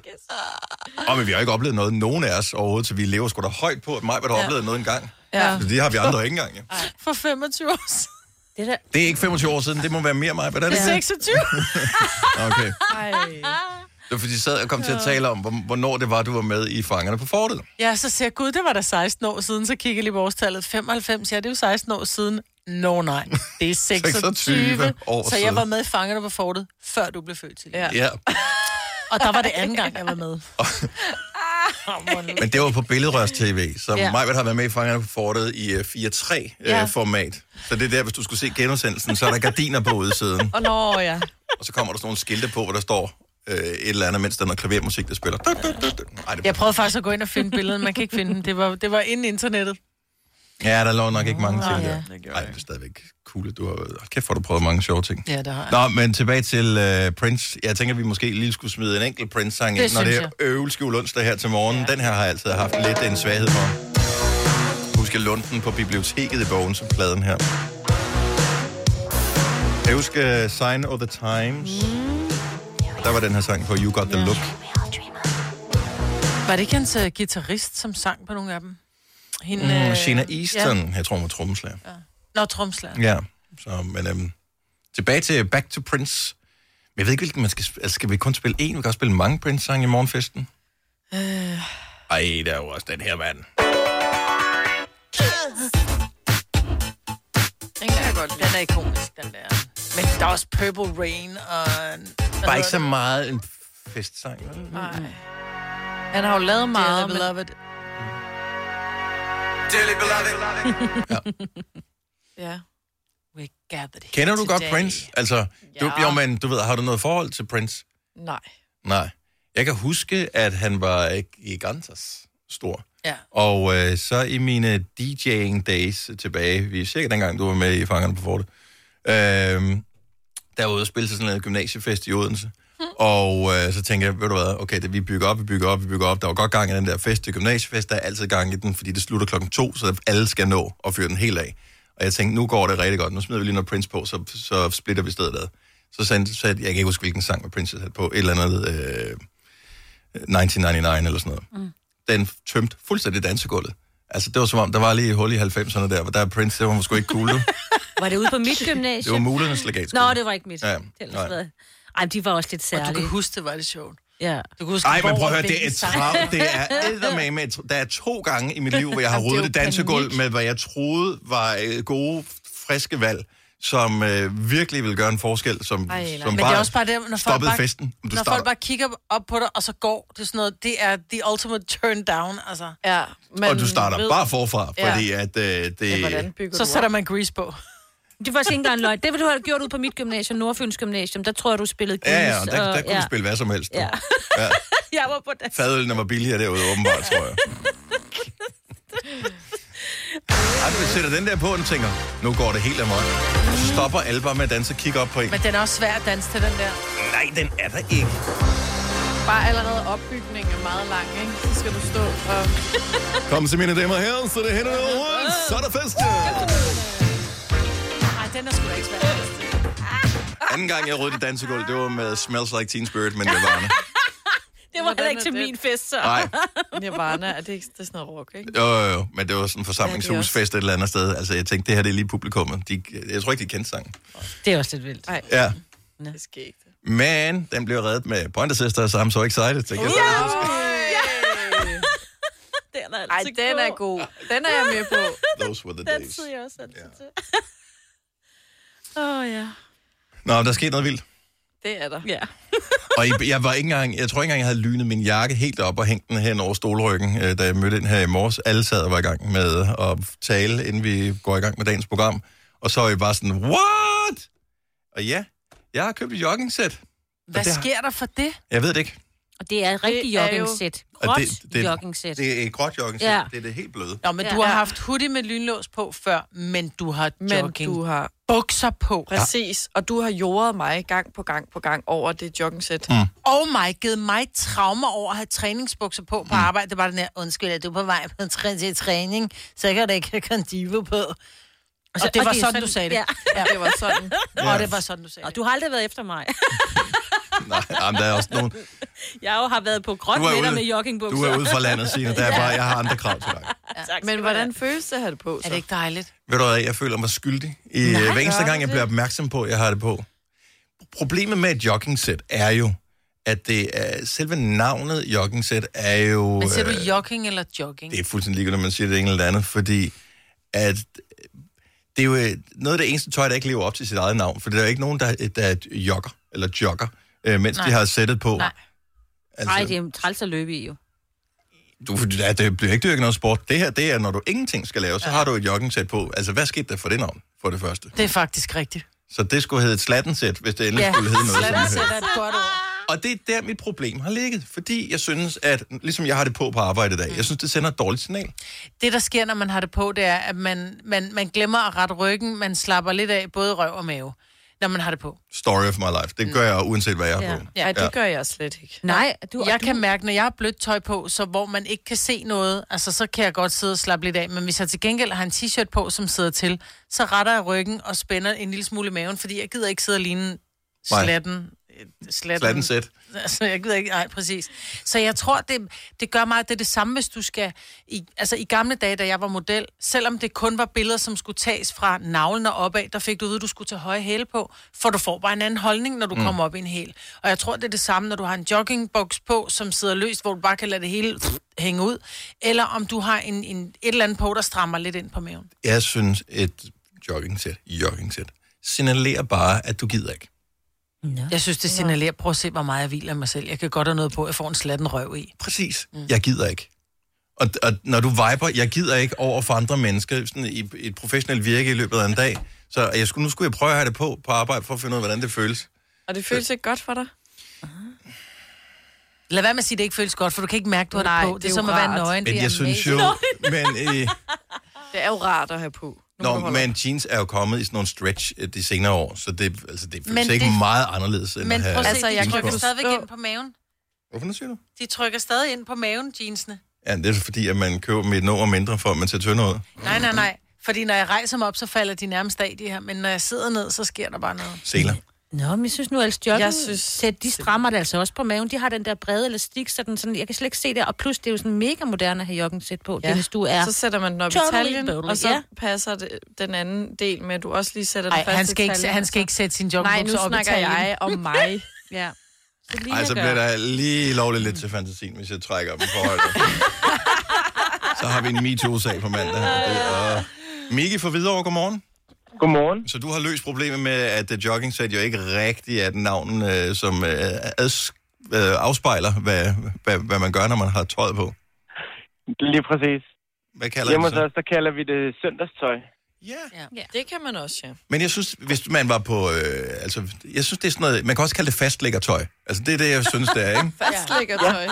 Og men vi har ikke oplevet noget, nogen af os overhovedet, så vi lever sgu da højt på, at mig har
Ja.
oplevet noget engang.
Ja.
Ja. Det har vi andre ikke engang, ja.
For 25 år siden.
Det er da...
Det er ikke 25 år siden, det må være mere mig. Hvad er det?
26.
Okay.
Ej.
Det var fordi, de sad og kom til at tale om, hvor- hvornår det var, du var med i Fangerne på Fortet.
Ja, så siger jeg, gud, det var da 16 år siden, så kigger jeg lige på årstallet. 95, ja, det er jo 16 år siden. Nå nej, det er 26.
26 år
så jeg
siden.
var med i Fangerne på Fortet, før du blev født til.
Ja.
Og der var det anden gang, jeg var med.
Men det var på Billedrørs TV, så
Ja.
ja. Majbert har været med i Fangerne på Fortet i 4-3-format.
Ja.
Ja. format. Så det er der, hvis du skulle se genudsendelsen, så er der gardiner på udsiden.
Og nå, ja.
Og så kommer der sådan nogle skilte på, hvor der står øh, et eller andet, mens der er noget klavermusik, der spiller. Du, du, du, du. Ej, det,
Jeg prøvede faktisk at gå ind og finde billedet, men man kan ikke finde dem. Det var, det var inden internettet.
ja, der lå nok ikke mange
Nå,
til
ja.
der. Nej, det er stadigvæk cool. at Du har, Hold kæft, hvor har du prøvet mange sjove ting.
Ja, det har jeg.
Nå, men tilbage til øh, Prince. Jeg tænker, vi måske lige skulle smide en enkelt Prince-sang
Det
ind, når det
synes
er øvelskjul onsdag her til morgen. Ja. Den her har jeg altid haft lidt en svaghed for. Husk, jeg lånte den på biblioteket i bogen, som pladen her. Jeg husker øh, Sign of the Times.
Mm.
Der var den her sang på You Got The Look.
Var det ikke hans uh, guitarist, som sang på nogle af dem? Hende,
Mm,
øh,
Sheena Easton,
Ja.
ja. jeg tror, hun var trommeslager.
Nå, tromslager.
Ja, så, men øhm, tilbage til Back to Prince. Men jeg ved ikke, hvilken man skal... sp- Altså, skal vi kun spille en? Vi kan også spille mange Prince-sange i morgenfesten.
Øh.
Ej, der er jo også den her mand.
godt lide.
Den er ikonisk, den der. Men der er også Purple Rain og...
Det var ikke så meget en festsang, vel?
Nej. Han har jo lavet meget, men... Beloved.
Mm. Dearly beloved.
Ja.
We gathered here
Kender du godt
today.
Prince? Altså, du,
Ja.
jo, men du ved, har du noget forhold til Prince?
Nej.
Nej. Jeg kan huske, at han var gigantisk stor.
Ja.
Og øh, så i mine DJ'ing days tilbage, vi er cirka dengang, du var med i Fangerne på Forte, øh, der var ude og spille til sådan en gymnasiefest i Odense. Og øh, så tænkte jeg, ved du hvad, okay, det, vi bygger op, vi bygger op, vi bygger op. Der var godt gang i den der fest, det gymnasiefest, der er altid gang i den, fordi det slutter klokken to, så alle skal nå at fyre den helt af. Og jeg tænkte, nu går det rigtig godt, nu smider vi lige noget Prince på, så, så splitter vi stedet ad. Så sagde, sagde jeg kan ikke huske, hvilken sang med Prince havde på, et eller andet øh, 1999 eller sådan noget den tømte fuldstændig dansegulvet. Altså, det var som om, der var lige et hul i 90'erne der, hvor der er Prince, det var måske ikke cool, du.
Var det ude på mit gymnasium?
Det var mulernes legat.
Nå, det var ikke mit.
Ja,
Ja,
nej.
nej. Ej, men de var også lidt særlige.
Og du kan huske, det var det sjovt.
Ja.
Du kan huske,
Nej, men
hvor
prøv at høre,
og
det er
hvilken
et
sang.
trav. Det er eddermame. et- Der er to gange i mit liv, hvor jeg har
Jamen, det er
rodet det
jo
dansegulv med, hvad jeg troede var øh, gode, friske valg, som øh, virkelig ville gøre en forskel, som,
Ej, nej.
som
Men det er også bare det, når folk
stoppede
bare,
festen. Men Du
når
starter,
folk bare kigger op på dig, og så går det er sådan noget, det er the ultimate turn down, altså.
Ja,
og du starter bare forfra, fordi at øh, det...
så sætter man grease på.
Det var faktisk ikke engang løgn. Det ville du have gjort ud på mit gymnasium, Nordfyns Gymnasium. Der tror jeg, du spillede gris.
Ja, ja, og der, der kunne
ja.
du spille hvad som helst.
Ja.
Ja.
jeg var på det.
Fadølene var billigere derude, åbenbart, tror jeg. Ej, du sætter den der på, og tænker, nu går det helt amok. Og så stopper alle bare med at danse og kigge op på en.
Men den er også svær at danse til, den der.
Nej, den er der ikke.
Bare allerede opbygningen er meget lang, ikke? Så skal du stå og...
Kom så, mine damer og herrer, så det hænder over, så er der fest.
Nej, den er sgu da ikke svær at danse til.
Anden gang, jeg rødte dansegulv, det var med Smells Like Teen Spirit, men det var Arne.
Det var heller ikke til min fest, så.
Nej.
Nirvana, er det ikke det er sådan noget rock, ikke?
Jo, jo, jo, men det var sådan en forsamlingshusfest et eller andet sted. Altså, jeg tænkte, det her det er lige publikummet. De, jeg tror ikke, de kendte sangen.
Det er også lidt vildt.
Nej,
Ja.
det sker ikke.
Men den blev reddet med Pointer Sisters, I'm so excited. Tænkte jeg.
Den er,
Ej, den er god. Den er jeg med på.
Those were the
Den
days.
sidder jeg også altid til. Åh, oh, ja.
Nå, der skete noget vildt.
Det er der.
Ja.
Og I- jeg, var ikke engang, jeg tror ikke engang, jeg havde lynet min jakke helt op og hængt den hen over stolryggen, øh, da jeg mødte ind her i morges. Alle sad og var i gang med at tale, inden vi går i gang med dagens program. Og så var jeg bare sådan, what? Og ja, jeg har købt et joggingsæt. Og
Hvad
det har-
sker der for det?
Jeg ved det ikke.
Og det er et rigtig
Det er jo-
joggingsæt.
Og
Gråt
det, det,
joggingsæt.
Det er et gråt joggingsæt.
Ja.
Ja. Det er det helt bløde.
Nå, men ja. du har haft hoodie med lynlås på før, men du har
Men
jogging.
du har...
Bukser på.
Præcis. Og du har jordet mig gang på gang på gang over det joggingsæt.
Mm.
Oh my, givet mig traumer over at have træningsbukser på
Mm.
på arbejde. Det var den her, undskyld, er du på vej på en træ- til træning, så kan du ikke have kondivo på. Og, så, og det
og
var
det er
sådan,
sådan-
du sagde det.
ja.
Det var sådan.
Og det var sådan, du sagde
Og du har aldrig været efter mig.
Nej, jamen, der er også nogen.
Jeg jo har været på gråt
Du er
netter
ude-
med joggingbukser.
Du er ude fra landet, Signe. Der er bare, jeg har andre krav til dig.
det. Men hvordan føles det at have det på, så?
Er det ikke dejligt?
Ved du hvad, jeg føler mig skyldig. I, Nej, hver eneste
gør
gang,
du
jeg
det?
bliver opmærksom på, at jeg har det på. Problemet med et joggingsæt er jo, at det er, selve navnet joggingsæt er jo...
Men siger du
øh,
jogging eller jogging?
det er fuldstændig ligegyldigt, om man siger det ene eller det andet, fordi at det er jo øh, noget af det eneste tøj, der ikke lever op til sit eget navn, for der er jo ikke nogen, der, der jogger, eller jogger, øh, mens Nej.
Nej.
de har sættet på.
Nej.
Altså-
Nej, det er træls at løbe i jo.
Du, ja, det bliver ikke dyrket noget sport. Det her, det er, når du ingenting skal lave, så har du et joggingsæt på. Altså, hvad skete der for det navn, for det første?
Det er faktisk rigtigt.
Så det skulle hedde et slattensæt, hvis det endelig skulle hedde noget. Sådan
Slattensæt er et godt ord.
og det er der, mit problem har ligget. Fordi jeg synes, at ligesom jeg har det på på arbejde i dag, jeg synes, det sender et dårligt signal.
Det, der sker, når man har det på, det er, at man, man, man glemmer at rette ryggen. Man slapper lidt af både røv og mave, når man har det på.
Story of my life.
Mm.
Det gør jeg uanset, hvad jeg har på.
Ja, det gør jeg slet ikke.
Nej,
du-
du,
og
jeg
du-
du... kan mærke, når jeg har blødt tøj på, så hvor man ikke kan se noget, altså så kan jeg godt sidde og slappe lidt af. Men hvis jeg til gengæld har en t-shirt på, som sidder til, så retter jeg ryggen og spænder en lille smule i maven, fordi jeg gider ikke sidde og ligne
Nej.
slatten. øh, Slatten.
Slattensæt.
Altså, jeg gider ikke, nej, præcis. Så jeg tror, det, det gør mig, at det er det samme, hvis du skal... I, altså, i gamle dage, da jeg var model, selvom det kun var billeder, som skulle tages fra navlen og opad, der fik du ud, at du skulle tage høje hæle på, for du får bare en anden holdning, når du
Mm.
mm. kommer op i en hæl. Og jeg tror, det er det samme, når du har en joggingboks på, som sidder løst, hvor du bare kan lade det hele hænge ud, eller om du har en, en, et eller andet på, der strammer lidt ind på maven.
Jeg synes, et joggingsæt, joggingsæt. Signalerer bare, at du gider ikke.
Jeg synes, det signalerer, prøv at se, hvor meget jeg hviler af mig selv. Jeg kan godt have noget på, jeg får en slatten røv i.
Præcis. Mm. Jeg gider ikke. Og, og når du viber, jeg gider ikke over for andre mennesker sådan i, i et professionelt virke i løbet af en dag. Så jeg skulle, nu skulle jeg prøve at have det på på arbejde for at finde ud af, hvordan det føles.
Og det føles ikke godt for dig?
Lad være med at sige, at det ikke føles godt, for du kan ikke mærke, du har
Nej,
det på. Det,
det er
er
jo
som at være
rart.
nøgen.
Men
Det er
jeg synes jo...
amazing.
Men, øh,
Det er jo rart at have på.
Nå, men jeans er jo kommet i sådan nogle stretch øh, de senere år, så det, altså, det
Men
føles ikke
det-
meget anderledes end
Men
at have
prøv at se,
jeans
altså, jeg
på.
trykker stadigvæk ind på maven.
Hvorfor siger du?
De trykker stadig ind på maven, jeansene.
Ja, det er fordi, at man køber med et nummer mindre, for at man ser tyndere ud.
Nej, nej, nej. Fordi når jeg rejser mig op, så falder de nærmest af de her. Men når jeg sidder ned, så sker der bare noget.
Seler.
Nå, men jeg synes nu, at jeg synes... de strammer det altså også på maven. De har den der brede elastik, så den sådan, jeg kan slet ikke se det. Og plus, det er jo sådan mega moderne at have joggen sæt på, ja. hvis du er...
Så sætter man den op
Totally
i taljen,
totally,
og så
ja.
passer det, den anden del med, at du også lige sætter den
Ej,
første
han skal ikke- han skal ikke sætte sin joggingbukser op i
Nej, nu snakker
taljen.
jeg om mig.
ja. Så lige
Ej,
at
så
gøre.
bliver der lige lovligt lidt til fantasien, hvis jeg trækker dem for højt. så har vi en MeToo-sag på mandag. Det er- øh, Miki fra Hvidovre, godmorgen. Godmorgen. Så du har løst problemet med, at øh, joggingsæt jo ikke rigtig er den navn, øh, som øh, ads, øh, afspejler, hvad, hvad, hvad man gør, når man har tøjet på.
Lige præcis.
Hvad kalder
Hjemme
I
hos
det så?
os, der kalder vi det søndagstøj.
Ja. Det kan man også, ja.
Men jeg synes, hvis man var på... Øh, altså, jeg synes, det er sådan noget... Man kan også kalde det fastlæggertøj. Altså, det er det, jeg synes, det er, ikke?
Fastlægger tøj.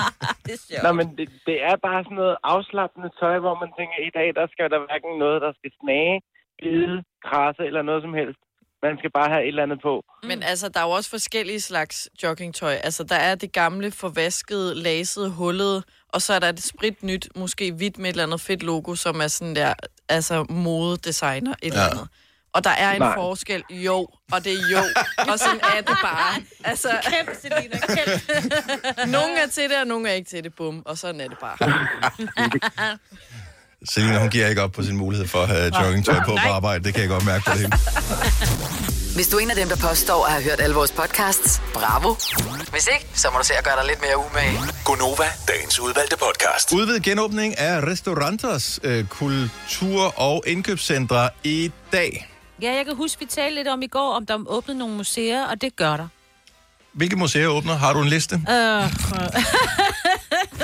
Ja. Nå, men det, det er bare sådan noget afslappende tøj, hvor man tænker, i dag, der skal der hverken noget, der skal snage, bide, krasse eller noget som helst. Man skal bare have et eller andet på.
Men altså, der er jo også forskellige slags joggingtøj. Altså, der er det gamle, forvaskede, lasede, hullede, og så er der det sprit nyt, måske hvidt med et eller andet fedt logo, som er sådan der, altså modedesigner et ja. eller
Ja.
andet. Og der er en
Nej.
Nej. forskel, jo, og det er jo, og sådan er det bare. Altså,
kæmpe, Selina,
kæmpe. Nogle er til det, og nogle er ikke til det, bum, og sådan er det bare.
Selina, hun giver ikke op på sin mulighed for at have joggingtøj på på arbejde. Det kan jeg godt mærke på det. hele.
Hvis du er en af dem, der påstår at have hørt alle vores podcasts, bravo. Hvis ikke, så må du se at gøre dig lidt mere umage.
Gonova, dagens udvalgte podcast.
Udvidet genåbning af restauranters øh, kultur- og indkøbscentre i dag.
Ja, jeg kan huske, vi talte lidt om i går, om der er åbnet nogle museer, og det gør der.
Hvilke museer åbner? Har du en liste?
Øh,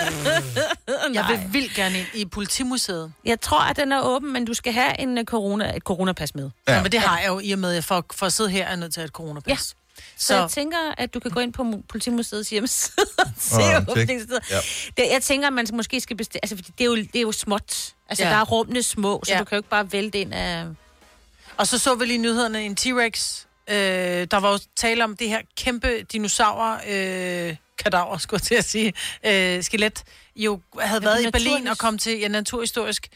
Jeg vil vildt gerne ind i politimuseet.
jeg tror, at den er åben, men du skal have en øh, corona, et coronapas med.
Ja. Nå, men det har jeg jo i og med, at jeg for, for at sidde her er jeg nødt til at have et coronapas.
Ja. Så, så jeg
Så-
tænker, at du kan gå ind på Mu- Politimuseets hjemmeside og se
Og
oh,
tjek.
åbningstider.
Ja.
Det, jeg tænker, at man måske skal bestille... Altså, fordi det er jo, det er jo småt. Altså,
Ja.
ja. der er rummene små, så
Ja.
ja. du kan jo ikke bare vælte ind af...
Og så så vi lige i nyhederne en T-Rex. Øh, der var jo tale om det her kæmpe dinosaur, øh, kadaver, skulle jeg til at sige, øh, skelet, jo havde
Ja,
været i
naturligt.
Berlin og kom til ja, naturhistorisk.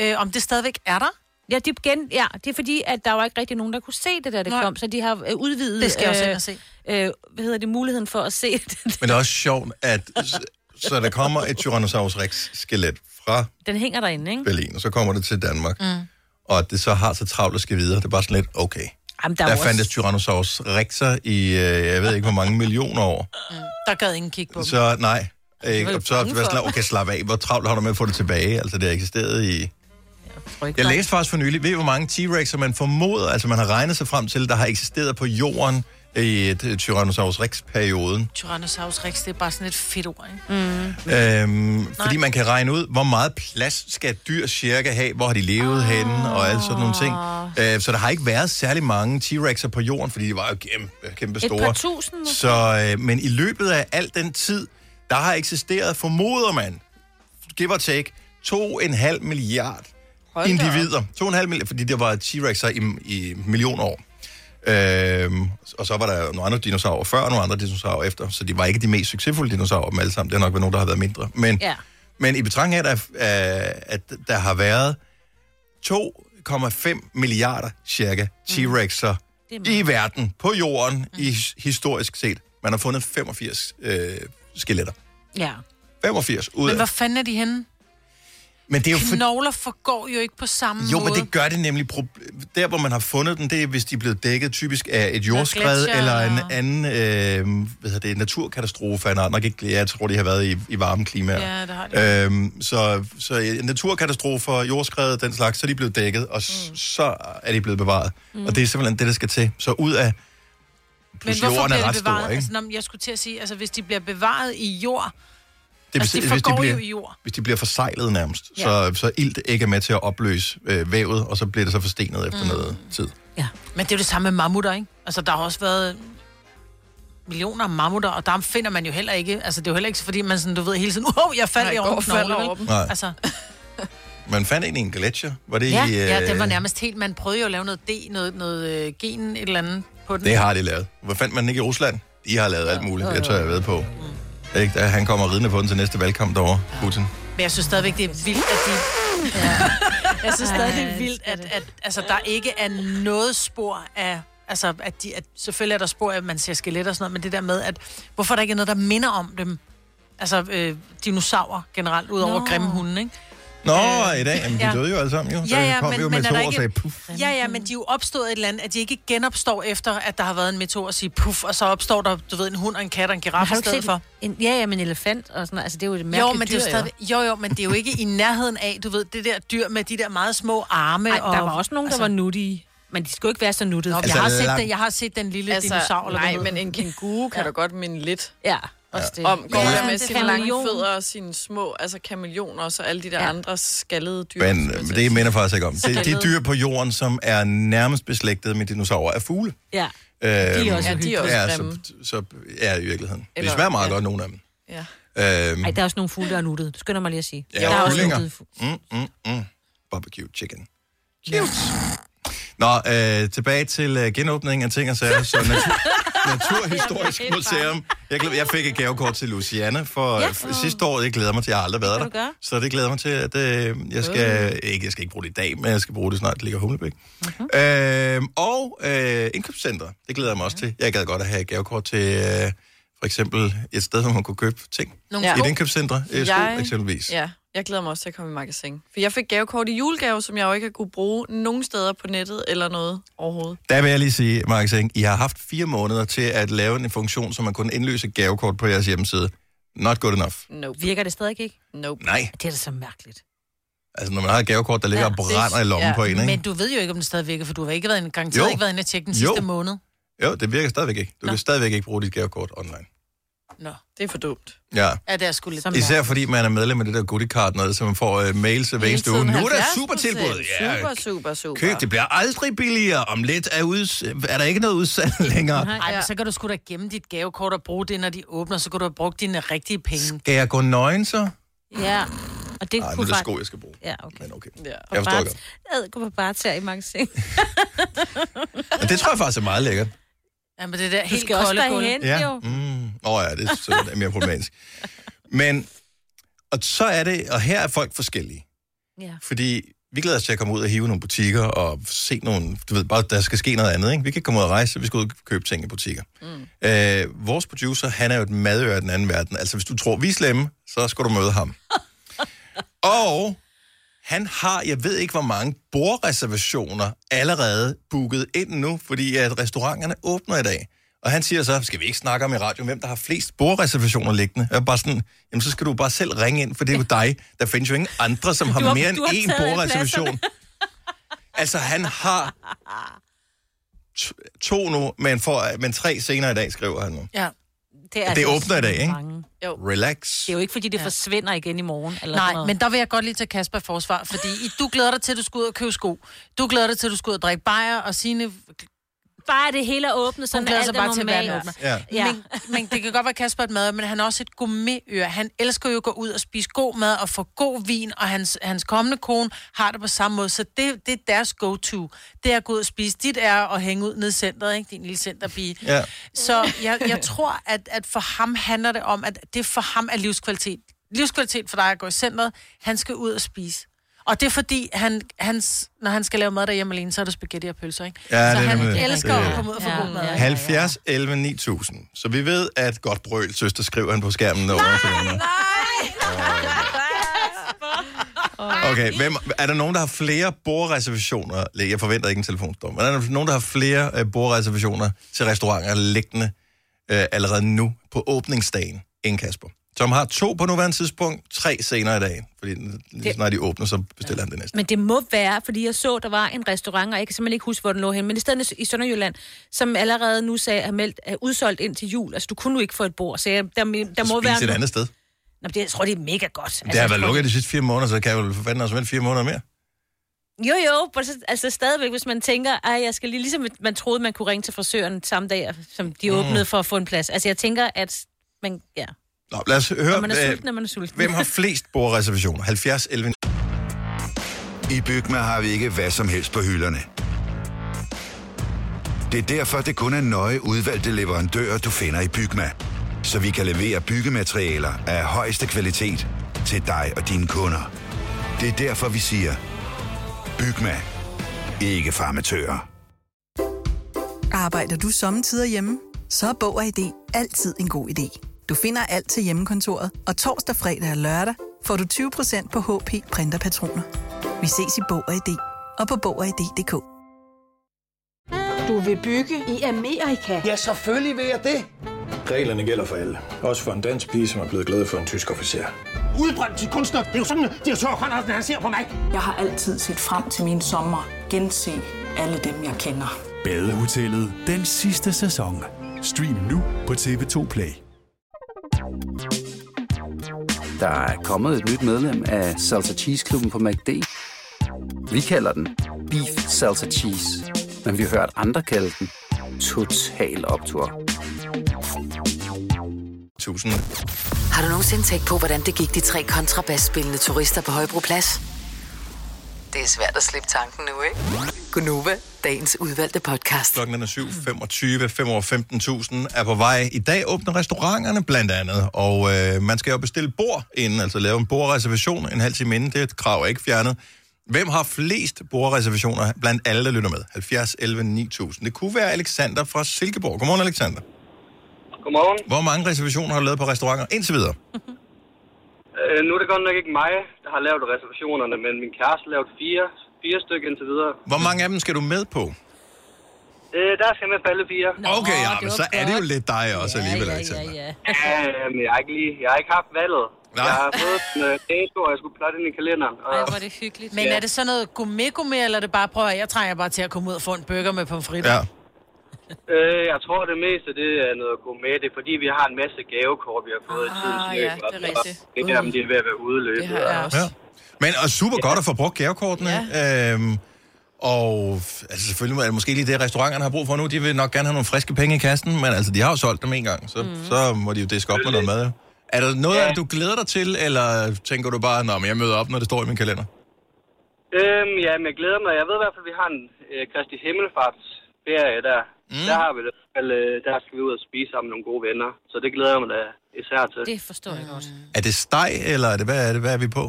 Øh, om det stadigvæk er der?
Ja, det, igen, ja, det er fordi, at der var ikke rigtig nogen, der kunne se det, da det
Nej.
Nej. kom. Så de har øh, udvidet...
Det skal jeg også ind og se.
Øh, hvad hedder det? Muligheden for at se det.
Men det er også sjovt, at s- så der kommer et Tyrannosaurus Rex-skelet fra
Den hænger derinde, ikke?
Berlin, og så kommer det til Danmark,
Mm.
og at det så har så travlt at skal videre. Det er bare sådan lidt, okay.
Jamen, der,
Der,
er
der
jo også-
fandtes Tyrannosaurus Rex'er i, øh, jeg ved ikke, hvor mange millioner år.
Der gad ingen kigge på dem.
Så nej. Ikke?
Det
Og
var
så
jo
er det
bange
sådan,
for.
okay, slap af. Hvor travlt har du med at få det tilbage? Altså, det har eksisteret i... Jeg læste faktisk for nylig, ved I, hvor mange T-Rex'er man formoder, altså man har regnet sig frem til, der har eksisteret på jorden i et øh, Tyrannosaurus Rex-perioden.
Tyrannosaurus Rex, det er bare sådan et fedt ord, ikke?
Mm.
Øhm, fordi man kan regne ud, hvor meget plads skal et dyr cirka have, hvor har de levet oh. henne og alle sådan nogle ting. Øh, så der har ikke været særlig mange T-Rex'er på jorden, fordi de var jo kæmpe, kæmpe
Et
store.
par tusind måske.
Så, øh, men i løbet af al den tid, der har eksisteret, formoder man, give or take, 2,5 milliard
Hold
Hold
da
individer. 2,5 milliard, fordi der var T-Rex'er i, i millioner år. Øhm, og så var der nogle andre dinosaurer før, og nogle andre dinosaurer efter, så de var ikke de mest succesfulde dinosaurer af dem alle sammen. Det har nok været nogen, der har været mindre. Men,
Ja.
men i betragtning af, at der- øh, at der har været 2,5 milliarder cirka T-Rex'er i verden, på jorden, i, historisk set. Man har fundet 85 øh, skeletter.
Ja.
85 ud
Men hvor
af...
fanden er de henne?
Men det er jo for,
Knogler forgår jo ikke på samme
jo,
måde.
men det gør det nemlig. Proble- der, hvor man har fundet den, det er, hvis de er blevet dækket typisk af et jordskred
gletsjer
eller en
og-
anden øh, hvad hedder det, naturkatastrofe. af en art. nok ikke, jeg tror, de har været i, i varme klimaer.
Ja, det har
de. Øhm, så, så øh, naturkatastrofer, jordskred, den slags, så er de blevet dækket, og mm. så er de blevet bevaret.
Mm.
Mm. Og det er simpelthen det, der skal til. Så ud af... Plus jorden er ret stor,
bevaret?
ikke?
Altså, når, jeg skulle til at sige, altså hvis de bliver bevaret i jord,
Det er
altså, de
hvis de
forgår
bliver-
jo i jord.
Hvis de bliver forsejlet nærmest,
Ja.
ja. så, så ilt ikke er med til at opløse øh, vævet, og så bliver det så forstenet efter
Mm.
mm. noget tid.
Men det er jo det samme med mammutter, ikke? Altså, der har også været millioner af mammutter, og der finder man jo heller ikke, altså det er jo heller ikke, fordi man sådan, du ved, hele tiden, wow, jeg faldt
Nej,
Nej,
går
over
og
knoglen,
falder
ikke?
over dem.
Nej.
Altså,
Man fandt en i en gletsjer. Var det
ja,
i, øh,
ja, det var nærmest helt, man prøvede jo at lave noget D, noget, noget øh, gen, et eller andet på den.
Det har de lavet. Hvor fandt man den ikke i Rusland? De har lavet alt muligt, jeg tør jeg ved på. Ikke? Der- Han kommer ridende på den til næste valgkamp derovre, Putin.
Men jeg synes stadigvæk, det er vildt, at de... Ja. Jeg synes stadig, det er vildt, at, at altså, der ikke er noget spor af... Altså, at de, at, selvfølgelig er der spor af, at man ser skeletter og sådan noget, men det der med, at hvorfor der ikke er noget, der minder om dem. Altså, øh, dinosaurer generelt, ud over
Nå.
grimme hunde, ikke?
Nå,
Øh,
i dag, jamen, de
ja.
døde jo alle sammen, jo.
Ja, ja,
der kom
men,
jo
men er
meteor
der
og
ikke...
sagde, puff.
Ja, ja, men de er jo opstået et eller andet, at de ikke genopstår efter, at der har været en meteor og sige puff, og så opstår der, du ved, en hund og en kat og en
Men
giraf i stedet for.
En, ja, ja, men elefant og sådan noget. Altså, det er jo et mærkeligt
Jo, men det er jo, stadig, jo, jo, men det er jo ikke i nærheden af, du ved, det der dyr med de der meget små arme.
Ej, der
og, altså-
var også nogen, der var nuttige. Men de skulle ikke være så nuttede.
Nå, altså, jeg, har set den, jeg har set den lille altså, dinosaur, eller
nej,
hvad
men en kenguru kan da godt minde lidt.
Ja,
også
det.
Om går
Ja,
der
det er
med sine lange
kameleon.
fødder og sine små, altså kameleoner og så alle de der ja. andre skaldede dyr.
Men øh, det minder faktisk ikke om. De, de
Skaldede.
dyr på jorden, som er nærmest beslægtet med dinosaurer, er fugle.
Ja.
Øhm,
de er også uhyggelige.
ja,
grimme.
så, så, ja, i virkeligheden.
Eller-
Eller, det smager meget ja. godt, nogle af dem.
Ja.
Øhm,
Ej, der er også nogle fugle, der er nuttede. Det skynder mig lige at sige.
Ja,
der er også
kyllinger.
nuttede fugle.
Mm, mm, mm. Barbecue chicken. Cute. Nå, øh, tilbage til øh, genåbningen af ting og sager. Så natur- Naturhistorisk Museum. Jeg, glæder, jeg fik et gavekort til Luciana for, ja. for sidste år. Det glæder mig til, jeg har aldrig været
kan du
der.
gøre.
Så det glæder mig til, at øh, jeg, skal, ikke, jeg skal ikke bruge det i dag, men jeg skal bruge det snart. Det ligger i Humlebæk. Mm-hmm. Øh, og øh, indkøbscenter. Det glæder jeg mig også til. Jeg gad godt at have et gavekort til øh, for eksempel et sted, hvor man kunne købe ting.
Nogle
I
sko.
et indkøbscenter. Øh, sko, eksempelvis.
Ja, jeg glæder mig også til at komme i magasin. For jeg fik gavekort i julegave, som jeg jo ikke har kunne bruge nogen steder på nettet eller noget overhovedet.
Der vil jeg lige sige, Mark Seng, I har haft fire måneder til at lave en funktion, så man kunne indløse et gavekort på jeres hjemmeside. Not good enough.
Nope.
Virker det stadig ikke?
Nope.
Nej.
Det er da så mærkeligt.
Altså, når man har et gavekort, der ligger ja, og brænder i lommen ja, på en, ikke?
Men du ved jo ikke, om den stadig virker, for du har ikke været en gang
Jo.
ikke været inde og tjekke den
Jo.
sidste måned.
Jo, det virker stadigvæk ikke. Du Nå. kan stadigvæk ikke bruge dit gavekort online.
Nå,
det er for dumt.
Ja.
Ja, det er sgu lidt...
Især fordi man er medlem af det der goodie card, noget, så man får uh, mails hver eneste uge. Nu er der super tilbud. Ja,
Super, super, super.
køb, det bliver aldrig billigere. Om lidt er, uds- er der ikke noget udsalg længere.
Nej, ja. men så kan du sgu da gemme dit gavekort og bruge det, når de åbner, så kan du have brugt dine rigtige penge.
Skal jeg gå nøgen så?
Ja, og det
Ej, nu er
kunne
det
faktisk...
sko, jeg skal bruge.
Ja, okay.
Men okay.
Ja.
Jeg forstår godt.
Jeg går på bare tage i magasin.
Og det tror jeg faktisk er meget lækkert.
Ja, men det der
Du
helt
skal også
kolde gulv.
derhen,
ja. Mm. Nå ja, det er, så det er mere problematisk. Men, og så er det, og her er folk forskellige.
Ja.
Fordi vi glæder os til at komme ud og hive nogle butikker og se nogle, du ved, bare der skal ske noget andet, ikke? Vi kan ikke komme ud og rejse, så vi skal ud og købe ting i butikker. Mm. Øh, vores producer, han er jo et madøre af den anden verden. Altså, hvis du tror, vi er slemme, så skal du møde ham. og han har, jeg ved ikke, hvor mange bordreservationer allerede booket ind nu, fordi at restauranterne åbner i dag. Og han siger så, skal vi ikke snakke om i radioen, hvem der har flest bordreservationer liggende? Jeg er bare sådan, jamen så skal du bare selv ringe ind, for det er jo dig. Der findes jo ingen andre, som har,
Du har-
mere end
du har
én
taget alle
bordreservation. altså, han har t- to nu, men, for, men tre senere i dag, skriver han nu.
Ja.
Det åbner i dag, ikke? Relax.
altså Det er jo ikke, fordi det forsvinder igen i morgen. Eller sådan
Nej,
noget.
men der vil jeg godt lige tage Kasper i forsvar, fordi I- du glæder dig til, at du skal ud og købe sko. Du glæder dig til, at du skal ud og drikke bajer, og sine
Bare det hele er åbnet, sådan
Hun glæder
alt
sig
er
bare til, at verden åbner.
normalt.
Ja.
Ja.
Men, men det kan godt være Kasper er et mad, men han er også et gourmetøre. Han elsker jo at gå ud og spise god mad og få god vin, og hans, hans kommende kone har det på samme måde. Så det, det er deres go-to. Det er at gå ud og spise. Dit er at hænge ud nede i centret, ikke? Din lille centerpige.
Ja.
Så jeg, jeg tror, at, at for ham handler det om, at det for ham er livskvalitet. Livskvalitet for dig at gå i centret. Han skal ud og spise. Og det er fordi, han, hans, når han skal lave mad derhjemme alene, så er det spaghetti og pølser, ikke?
Ja,
så
det er
han
nemlig-
elsker
det-
at komme ud og få god mad. ikke?
70, 11, 9000. Så vi ved, at godt brøl, søster, skriver han på skærmen. Nej, nej, Okay, hvem, er der nogen, der har flere bordreservationer? Jeg forventer ikke en telefonstorm. Men er der nogen, der har flere øh, bordreservationer til restauranter liggende øh, allerede nu på åbningsdagen end Kasper? Som har to på nuværende tidspunkt, tre senere i dagen. Fordi lige snart de åbner, så bestiller han det næste.
Men det må være, fordi jeg så, der var en restaurant, og jeg kan simpelthen ikke huske, hvor den lå hen, men i stedet i Sønderjylland, som allerede nu sagde, er, meldt, er udsolgt ind til jul. Altså, du kunne nu ikke få et bord, så jeg, der, der må være...
Spis et andet sted.
Nå, men det, jeg tror, det er mega godt. Altså,
det har
jeg
været
tror-
lukket de sidste fire måneder, så kan jeg jo for fanden også vente fire måneder mere.
Jo, jo, men så- altså stadigvæk, hvis man tænker, at jeg skal lige, ligesom man troede, man kunne ringe til frisøren samme dag, som de
Mm.
åbnede for at få en plads. Altså, jeg tænker, at man, ja,
Nå, lad os høre,
når man er
øh,
sulten, er man er sulten.
hvem har flest bordreservationer? 70, 11...
I Bygma har vi ikke hvad som helst på hylderne. Det er derfor, det kun er nøje udvalgte leverandører, du finder i Bygma. Så vi kan levere byggematerialer af højeste kvalitet til dig og dine kunder. Det er derfor, vi siger, Bygma. Ikke farmatører.
Arbejder du sommetider hjemme? Så er Bog og ID altid en god idé. Du finder alt til hjemmekontoret, og torsdag, fredag og lørdag får du 20% på HP printerpatroner. Vi ses i Bog og ID og på Bog og ID.dk.
Du vil bygge i Amerika? Ja, selvfølgelig vil jeg det.
Reglerne gælder for alle. Også for en dansk pige, som er blevet glad for en tysk officer.
Udbrændt til kunstner. Det er jo sådan, de har tørt, Conradsen, han ser på mig. Jeg har altid set frem til min sommer. Gense alle dem, jeg kender.
Badehotellet den sidste sæson. Stream nu på TV2 Play.
Der er kommet et nyt medlem af Salsa Cheese Klubben på MACD. Vi kalder den Beef Salsa Cheese, men vi har hørt andre kalde den Total Optor.
Tusind.
Har du nogensinde tænkt på, hvordan det gik de tre kontrabasspillende turister på Højbroplads? Det er svært at slippe tanken nu, ikke? Gunova, dagens udvalgte podcast.
Klokken er 7.25, 5 over 15.000 er på vej. I dag åbner restauranterne blandt andet, og øh, man skal jo bestille bord inden, altså lave en bordreservation en halv time inden. Det er et krav, ikke fjernet. Hvem har flest bordreservationer blandt alle, der lytter med? 70, 11, 9000. Det kunne være Alexander fra Silkeborg. Godmorgen, Alexander.
Godmorgen.
Hvor mange reservationer har du lavet på restauranter indtil videre?
Øh, nu er det godt nok ikke mig, der har lavet reservationerne, men min kæreste har lavet fire, fire stykker indtil videre.
Hvor mange af dem skal du med på?
Øh, der skal jeg med på alle fire.
Okay, ja, men så er det jo lidt dig også alligevel, Alexander.
ja.
ja, men jeg har ikke, lige, jeg har ikke haft valget.
Nej.
Jeg har fået en øh, dato, og jeg skulle plotte ind i kalenderen. Og...
Ej, hvor er det hyggeligt. Men er det sådan noget gourmet gourmet, eller er det bare, prøv at høre, jeg trænger bare til at komme ud og få en burger med pomfritter?
Ja.
Øh, jeg tror, det meste det er noget gourmet. Det er fordi, vi har en masse gavekort, vi har fået i tidens
Ah,
løb.
ja, det er
og
rigtigt.
Det er, om de er ved at være udløbet. Det har jeg også.
Ja. Men og super godt at få brugt gavekortene. Ja. Øhm, og f- altså selvfølgelig er det måske lige det, restauranterne har brug for nu. De vil nok gerne have nogle friske penge i kassen, men altså, de har jo solgt dem en gang, så, mm. så må de jo diske op med noget mad. jo. Er der noget, ja. du glæder dig til, eller tænker du bare, at jeg møder op, når det står i min kalender?
Øhm, ja, men jeg glæder mig. Jeg ved i hvert fald, at vi har en øh, Kristi Himmelfarts ferie der. Mm. Der har vi det. i hvert fald, øh, der skal vi ud og spise sammen med nogle gode venner. Så det glæder jeg mig da især til.
Det forstår jeg godt.
Er det steg, eller er det, hvad er det, hvad er vi på?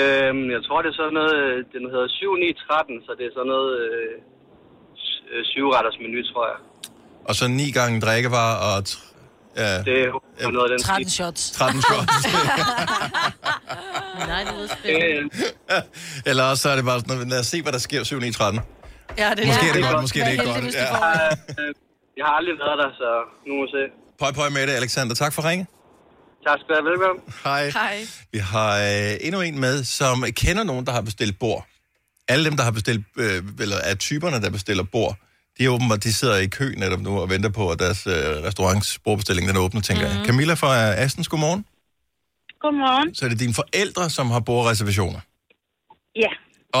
Øhm, jeg tror, det er sådan noget, øh, den hedder 7, 9, 13, så det er sådan noget øh, s- øh, syvretters menu, tror jeg.
Og så ni gange drikkevarer og... Tr- ja,
Det er jo noget af den
13 shots.
13 shots.
Nej, det lyder
spændende.
eller også så er det bare sådan, noget, lad os se, hvad der sker 7 i 13.
Ja,
det er Måske er det det. godt, måske er det ikke godt.
Jeg,
Ja.
har, øh, jeg har aldrig været der, så nu må vi se.
Pøj, pøj med det, Alexander. Tak for ringe.
Tak skal du have. Velkommen.
Hej.
Hej.
Vi har øh, endnu en med, som kender nogen, der har bestilt bord. Alle dem, der har bestilt, øh, eller er typerne, der bestiller bord, de er åbenbart, de sidder i kø netop nu og venter på, at deres øh, restaurants bordbestilling den åbner, tænker
Mhm.
mm. jeg. Camilla fra Astens, godmorgen.
Godmorgen.
Så er det dine forældre, som har bordreservationer.
Ja,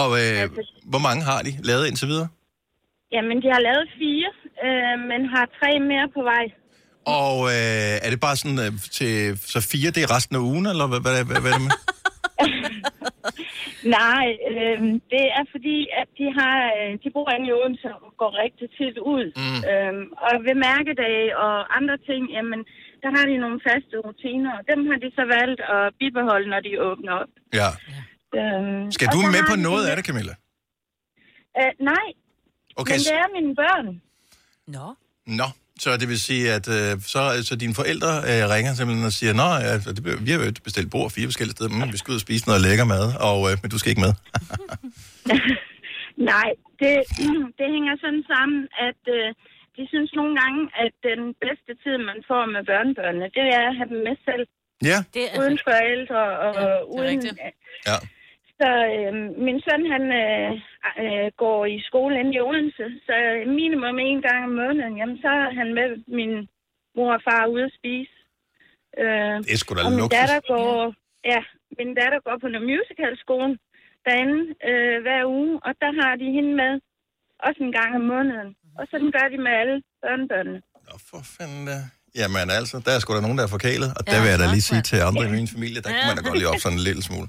Altså,
Og øh, hvor mange har de lavet indtil videre?
jamen de har lavet fire, øh, men har tre mere på vej.
Og øh, er det bare sådan øh, til, så fire, det er resten af ugen, eller hvad, hvad, hvad, hvad er det med?
Nej, øh, det er fordi, at de har, øh, de bor inde i Odense og går rigtig tit ud.
Mm.
Øh, og ved mærkedage og andre ting, jamen der har de nogle faste rutiner, og dem har de så valgt at bibeholde, når de åbner op.
Ja.
Øh,
Skal
og
du
så
med
har
på
de
noget
sådan
af det, Camilla?
lidt- Øh, nej,
Okay,
men
s-
det er mine børn.
Nå, Så det vil sige, at øh, så, så dine forældre øh, ringer simpelthen og siger, Nå, ja, det, bliver- vi har jo bestilt bord fire forskellige steder, mm, vi skal ud og spise noget lækker mad, og, øh, men du skal ikke med.
Nej, det, det hænger sådan sammen, at øh, de synes nogle gange, at den bedste tid, man får med børnebørnene, det er at have dem med selv.
Ja.
Det er uden forældre og ja, uden... Rigtigt.
Ja.
Så øh, min søn, han øh, øh, går i skole inde i Odense, så minimum en gang om måneden, jamen så er han med min mor og far ude at spise. Øh,
Det er sgu da
og min
luksus.
datter går, ja, min datter går på noget musicalskole derinde øh, hver uge, og der har de hende med også en gang om måneden. Og sådan gør de med alle børnebørnene.
For fanden da. Jamen altså, der er sgu da nogen, der er forkælet, og ja, der vil jeg da lige sige til andre i min familie, der kan man da godt lige op sådan en lille smule.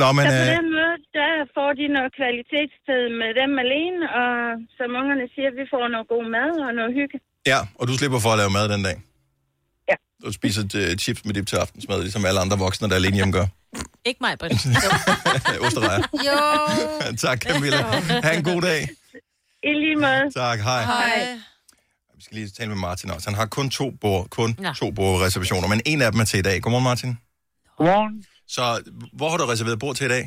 Nå, men
så på
øh,
den måde, der får de noget kvalitetstid med dem alene, og som ungerne siger, vi får noget god mad og noget hygge.
ja, og du slipper for at lave mad den dag. Ja. Du spiser øh, chips med dip til aftensmad, ligesom alle andre voksne, der alene hjemme gør.
Ikke mig, Britt.
Osterrejer.
jo.
tak, Camilla. Ha' en god dag.
I lige måde.
Tak, hej.
Hej.
Vi skal lige tale med Martin også. Han har kun to bord, kun to bordreservationer, men en af dem er til i dag. Godmorgen, Martin.
Godmorgen.
Så hvor har du reserveret bord til i dag?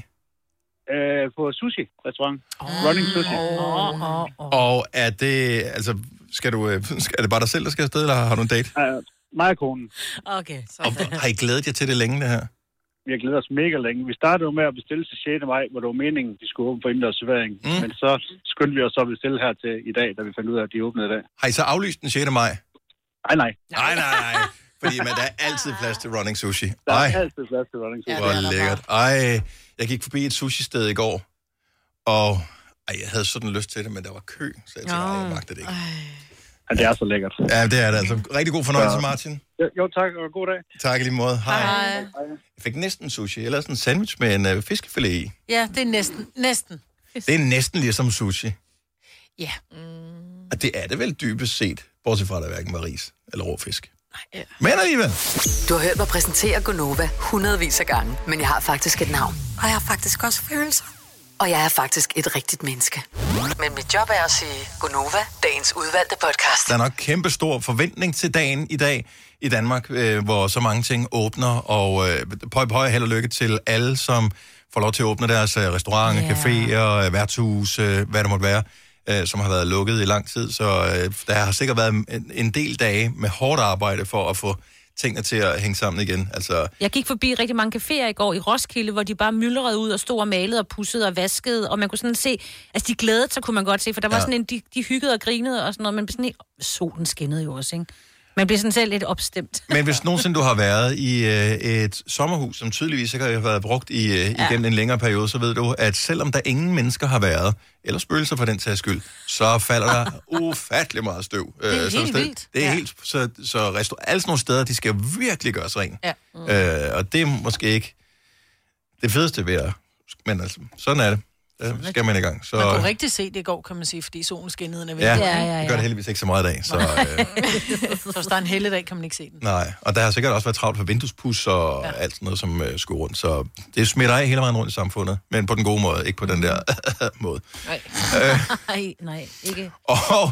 Øh, på sushi-restaurant. Oh. Running sushi. Oh, oh, oh.
Og er det, altså, skal du, øh, skal- er det bare dig selv, der skal afsted, eller har du en date?
Uh, mig og konen.
Okay. Så.
Og har I glædet jer til det længe, det her?
Vi har glædet os mega længe. Vi startede jo med at bestille til 6. maj, hvor det var meningen, de skulle åbne for indendørs servering. Mm. Men så skyndte vi os så at bestille her til i dag, da vi fandt ud af, at de åbnede i dag.
Har I så aflyst den 6. maj?
Nej, nej.
Nej, nej, nej. Fordi man, der er altid plads til running sushi.
Der
Ej,
er altid plads til running sushi.
hvor lækkert. Ej, jeg gik forbi et sushi-sted i går, og ej, jeg havde sådan lyst til det, men der var kø, så jeg tænkte, nej, jeg magter det ikke.
Ja, det er så lækkert.
Ja, det er det altså. Rigtig god fornøjelse,
Ja.
Martin.
Jo, jo, tak, og god dag.
Tak i lige måde. Hej.
øh,
Jeg fik næsten sushi. Jeg lavede sådan en sandwich med en øh, fiskefilet i.
Ja, det er næsten. Næsten.
Det er næsten ligesom sushi.
Ja.
Og det er det vel dybest set, bortset fra, at der hverken var ris eller rå fisk. Men alligevel.
Du har hørt mig præsentere Gonova hundredvis af gange, men jeg har faktisk et navn. Og jeg har faktisk også følelser. Og jeg er faktisk et rigtigt menneske. Men mit job er at sige Gonova, dagens udvalgte podcast.
Der er nok kæmpe stor forventning til dagen i dag i Danmark, øh, hvor så mange ting åbner, og øh, pøj, pøj, held og lykke til alle, som får lov til at åbne deres øh, restauranter, yeah. caféer, øh, værtshus, øh, hvad det måtte være, øh, som har været lukket i lang tid. Så øh, der har sikkert været en, en del dage med hårdt arbejde for at få tingene til at hænge sammen igen. Altså,
Jeg gik forbi rigtig mange caféer i går i Roskilde, hvor de bare myldrede ud og stod og malede og pussede og vaskede, og man kunne sådan se, altså de glædede sig, kunne man godt se, for der var
Ja.
sådan en, de, de hyggede og grinede og sådan noget, men sådan helt, solen skinnede jo også, ikke? Man bliver sådan selv lidt opstemt.
Men hvis nogensinde du har været i øh, et sommerhus, som tydeligvis ikke har været brugt i, øh,
Ja.
igennem en længere periode, så ved du, at selvom der ingen mennesker har været, eller spøgelser for den sags skyld, så falder der ufattelig meget støv. øh,
Det er helt
sådan et sted.
vildt.
Det er
Ja.
helt, så, så restaur- alle sådan nogle steder, de skal virkelig gøres rent.
Ja.
Mm. Øh, og det er måske ikke det fedeste ved at... Men altså, sådan er det. Der skal man i gang. Så,
Man kunne rigtig se det i går, kan man sige, fordi solen skinnede ned.
ja, det gør det heldigvis ikke så meget i dag. Så, øh,
Så hvis der er en helligdag, kan man ikke se den.
Nej, og der har sikkert også været travlt for vinduespus og ja. alt sådan noget, som øh, skulle rundt. Så det smitter af hele vejen rundt i samfundet, men på den gode måde, ikke på den der måde.
Nej.
Øh.
Nej, nej, ikke.
Og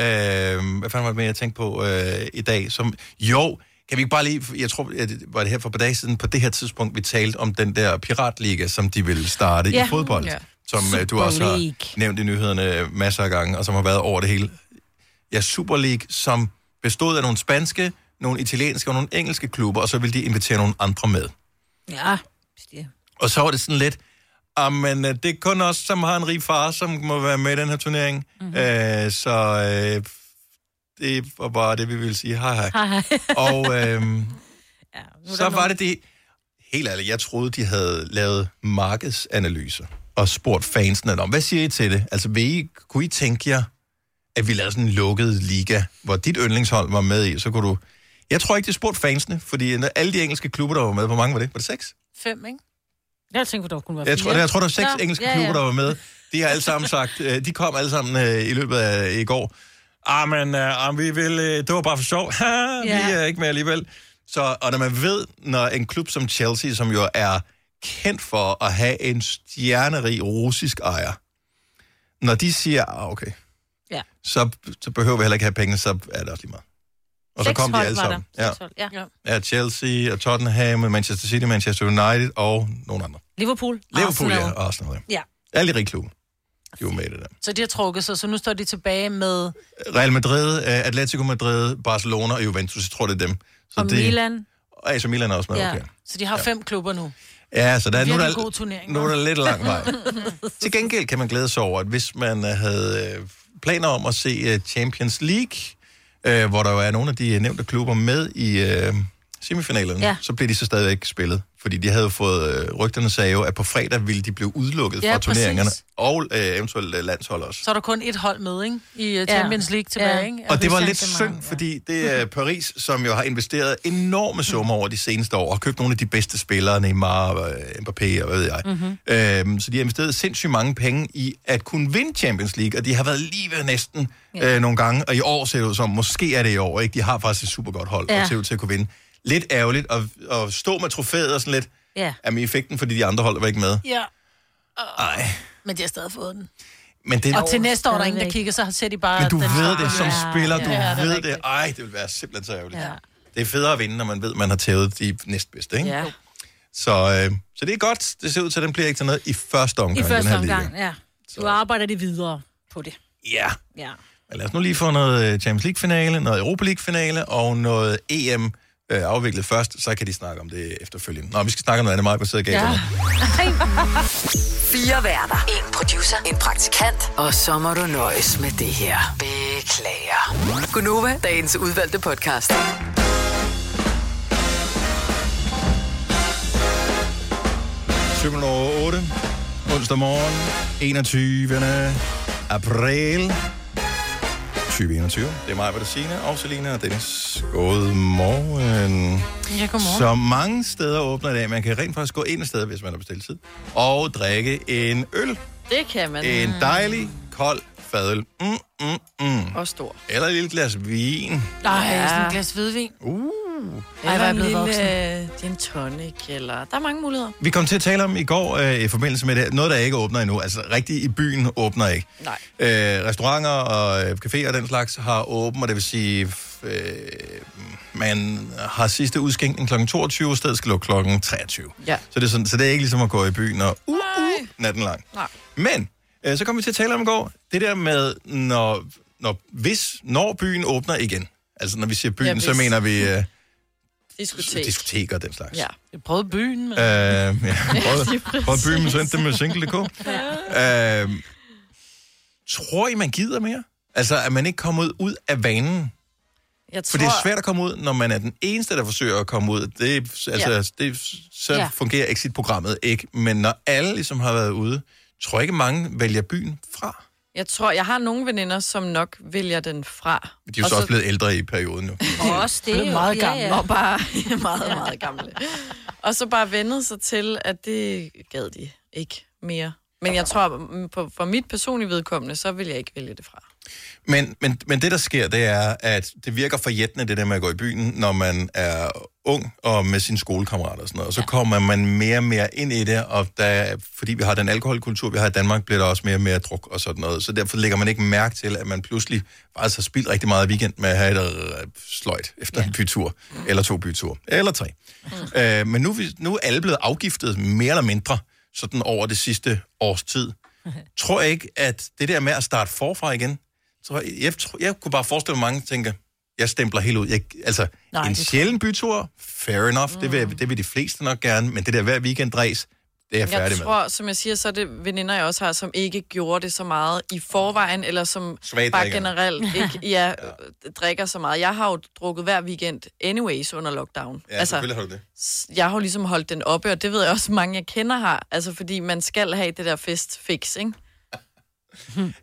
øh, hvad fanden var det med, jeg tænkte på øh, i dag? Som, jo, kan vi ikke bare lige, jeg tror, at det var det her for et par dage siden, på det her tidspunkt, vi talte om den der piratliga, som de ville starte
Ja.
i fodbold.
Ja.
Som øh, du
Super
også har
League.
nævnt i nyhederne masser af gange, og som har været over det hele. Ja, Super League, som bestod af nogle spanske, nogle italienske og nogle engelske klubber, og så ville de invitere nogle andre med.
Ja,
Og så var det sådan lidt, "Ah, men øh, det er kun os, som har en rig far, som må være med i den her turnering. Mm-hmm. Øh, så øh, det var bare det, vi ville sige. Hej hej.
Hej, hej.
Og øh,
der
så var det det... Helt ærligt, jeg troede, de havde lavet markedsanalyser og spurgt fansene om, hvad siger I til det? Altså, vil I, kunne I tænke jer, at vi lavede sådan en lukket liga, hvor dit yndlingshold var med i, så kunne du... Jeg tror ikke, de spurgte fansene, fordi når alle de engelske klubber, der var med, hvor mange var det? Var det seks?
Fem, ikke?
Jeg tænkte, der kunne være
Jeg tror, jeg tror, der var seks
Nå,
engelske klubber, der var med. De har alle sammen sagt, øh, de kom alle sammen øh, i løbet af i går. Ah, men øh, ah, vi vil, øh, det var bare for sjov. Ha, vi
Ja.
er ikke med alligevel. Så, og når man ved, når en klub som Chelsea, som jo er kendt for at have en stjernerig russisk ejer, når de siger, ah, okay,
Ja.
så, så behøver vi heller ikke have penge, så er det også lige meget. Og så
Seks
kom de
hold
alle
var
sammen.
der.
Ja.
Seks hold, Ja. ja.
ja, Chelsea og Tottenham, og Manchester City, Manchester United og nogle andre.
Liverpool.
Liverpool, ja,
Arsenal.
og Arsenal. Ja.
Ja.
Alle de rige klubber. De var med i det der.
Så de har trukket sig, så nu står de tilbage med...
Real Madrid, øh, Atletico Madrid, Barcelona og Juventus, jeg tror, det er dem. Så
Og
det,
Milan.
Og AC Milan er også med,
Ja.
okay.
Så de har fem klubber nu.
Ja, så der, nu, er
Virkelig
der,
god turnering,
nu er der
hva'?
lidt lang vej. Til gengæld kan man glæde sig over, at hvis man øh, havde øh, planer om at se øh, Champions League, øh, hvor der jo er nogle af de øh, nævnte klubber med i øh, semifinalerne,
Ja.
ja. så bliver de så stadigvæk spillet. Fordi de havde jo fået, øh, rygterne sagde jo, at på fredag ville de blive udelukket
Ja,
fra turneringerne,
præcis.
og øh, eventuelt øh, landshold også.
Så er der kun et hold med, ikke? I øh, Champions League tilbage, ikke? Altså,
Og det var
Paris
lidt synd,
Saint-Germain.
fordi det er Paris, som jo har investeret enorme summer over de seneste år, og har købt nogle af de bedste spillere, Neymar, og, øh, Mbappé og hvad ved jeg.
Mhm.
Mm-hmm. Øhm, så de har investeret sindssygt mange penge i at kunne vinde Champions League, og de har været lige ved næsten
Ja.
øh, nogle gange, og i år ser det ud som, måske er det i år, ikke? De har faktisk et super godt hold,
Ja.
og ser ud til at kunne vinde. Lidt ærgerligt at, at stå med trofæet og sådan lidt,
Ja.
jamen I fik den, fordi de andre hold var ikke med.
Ja,
Ej,
men de har stadig fået den.
men det...
Og til næste år er der ingen, der kigger, så ser de bare...
Men du
den
ved
står-
det som
Ja,
spiller,
ja,
du
det er
ved
rigtigt.
det. Ej, det vil være simpelthen så ærgerligt.
Ja.
Det er federe at vinde, når man ved, man har tævet de næstbedste, ikke?
Ja.
Så, øh, så det er godt. Det ser ud til, at den bliver ikke til noget i første omgang.
I første
den her
omgang, ja. Du arbejder det videre på det.
Liga. Ja.
Ja.
Men lad os nu lige få noget øh, Champions League-finale, noget Europa League-finale og noget EM øh, afviklet først, så kan de snakke om det efterfølgende. Nå, vi skal snakke om noget andet, Maja, på sidder ja.
Fire værter. En producer. En praktikant. Og så må du nøjes med det her. Beklager. Gunova, dagens udvalgte podcast.
Cykel over 8, onsdag morgen, 21. april 2021. Det er mig, Bettina, og Selina og Dennis. Godmorgen.
Ja, godmorgen.
Så mange steder åbner i dag. Man kan rent faktisk gå ind et sted, hvis man har bestilt tid, og drikke en øl.
Det kan man.
En dejlig, kold fadøl. Mm, mm, mm.
Og stor.
Eller et lille glas vin.
Nej, sådan et glas hvidvin.
Uh.
Eller
hvor er
Ej,
jeg
en
blevet
lille
voksen.
øh, gin tonic, eller... Der er mange muligheder.
Vi kom til at tale om i går øh, i forbindelse med det, noget, der ikke åbner endnu. Altså rigtigt i byen åbner ikke.
Nej.
Øh, restauranter og øh, caféer og den slags har åbent, og det vil sige, f- øh, man har sidste udskænkning kl. 22, og stedet skal lukke kl. 23.
Ja.
Så det, er sådan, så det er ikke ligesom at gå i byen og uh, uh, natten lang.
Nej.
Men øh, så kom vi til at tale om i går, det der med, når, når, hvis, når byen åbner igen. Altså når vi siger byen,
Ja,
ja, så
hvis.
mener vi øh,
Diskotek.
diskoteker og den slags.
Ja.
Jeg prøvede byen, men...
Øh, ja, prøv,
lige præcis.
prøv at byde min søn det med single.dk. øh, tror I, man gider mere? Altså, at man ikke kommer ud, ud af vanen?
Jeg
For det er svært at komme ud, når man er den eneste, der forsøger at komme ud. Det, er- altså,
Ja.
ja. det, er- så
Ja.
ja. fungerer exit-programmet ikke. Men når alle ligesom har været ude, tror jeg ikke, mange vælger byen fra.
Jeg tror, jeg har nogle veninder, som nok vælger den fra.
De er jo så også blevet ældre i perioden nu.
Og også det.
Blevet
jo.
meget gamle.
Og bare meget, meget gamle. Og så bare vendet sig til, at det gad de ikke mere. Men jeg tror, mm, på, for mit personlige vedkommende, så vil jeg ikke vælge det fra.
Men, men, men det, der sker, det er, at det virker forjættende, det der med at gå i byen, når man er ung og med sine skolekammerater og sådan noget. Og så ja. kommer man mere og mere ind i det, og der, fordi vi har den alkoholkultur, vi har i Danmark, bliver der også mere og mere druk og sådan noget. Så derfor lægger man ikke mærke til, at man pludselig faktisk har spildt rigtig meget weekend med at have et øh, sløjt efter ja. en bytur, eller to byture, eller tre. Mm. Øh, men nu, er vi- nu er alle blevet afgiftet mere eller mindre sådan over det sidste års tid. Tror jeg ikke, at det der med at starte forfra igen, tror jeg, jeg, tror, jeg kunne bare forestille mig, at mange tænker, jeg stempler helt ud. Jeg, altså,
Nej,
Nej, en
det tror
sjælden bytur, fair enough, mm. det, vil, det vil de fleste nok gerne, men det der hver weekend ræs, det er jeg færdig
Jeg
med.
tror, som jeg siger, så er det veninder, jeg også har, som ikke gjorde det så meget i forvejen, eller som
Svage
bare
drikkerne.
generelt ikke ja, øh, drikker så meget. Jeg har jo drukket hver weekend anyways under lockdown.
Ja, altså, selvfølgelig har du det.
s- jeg har jo ligesom holdt den oppe, og det ved jeg også, mange jeg kender har. Altså, fordi man skal have det der festfix, ikke?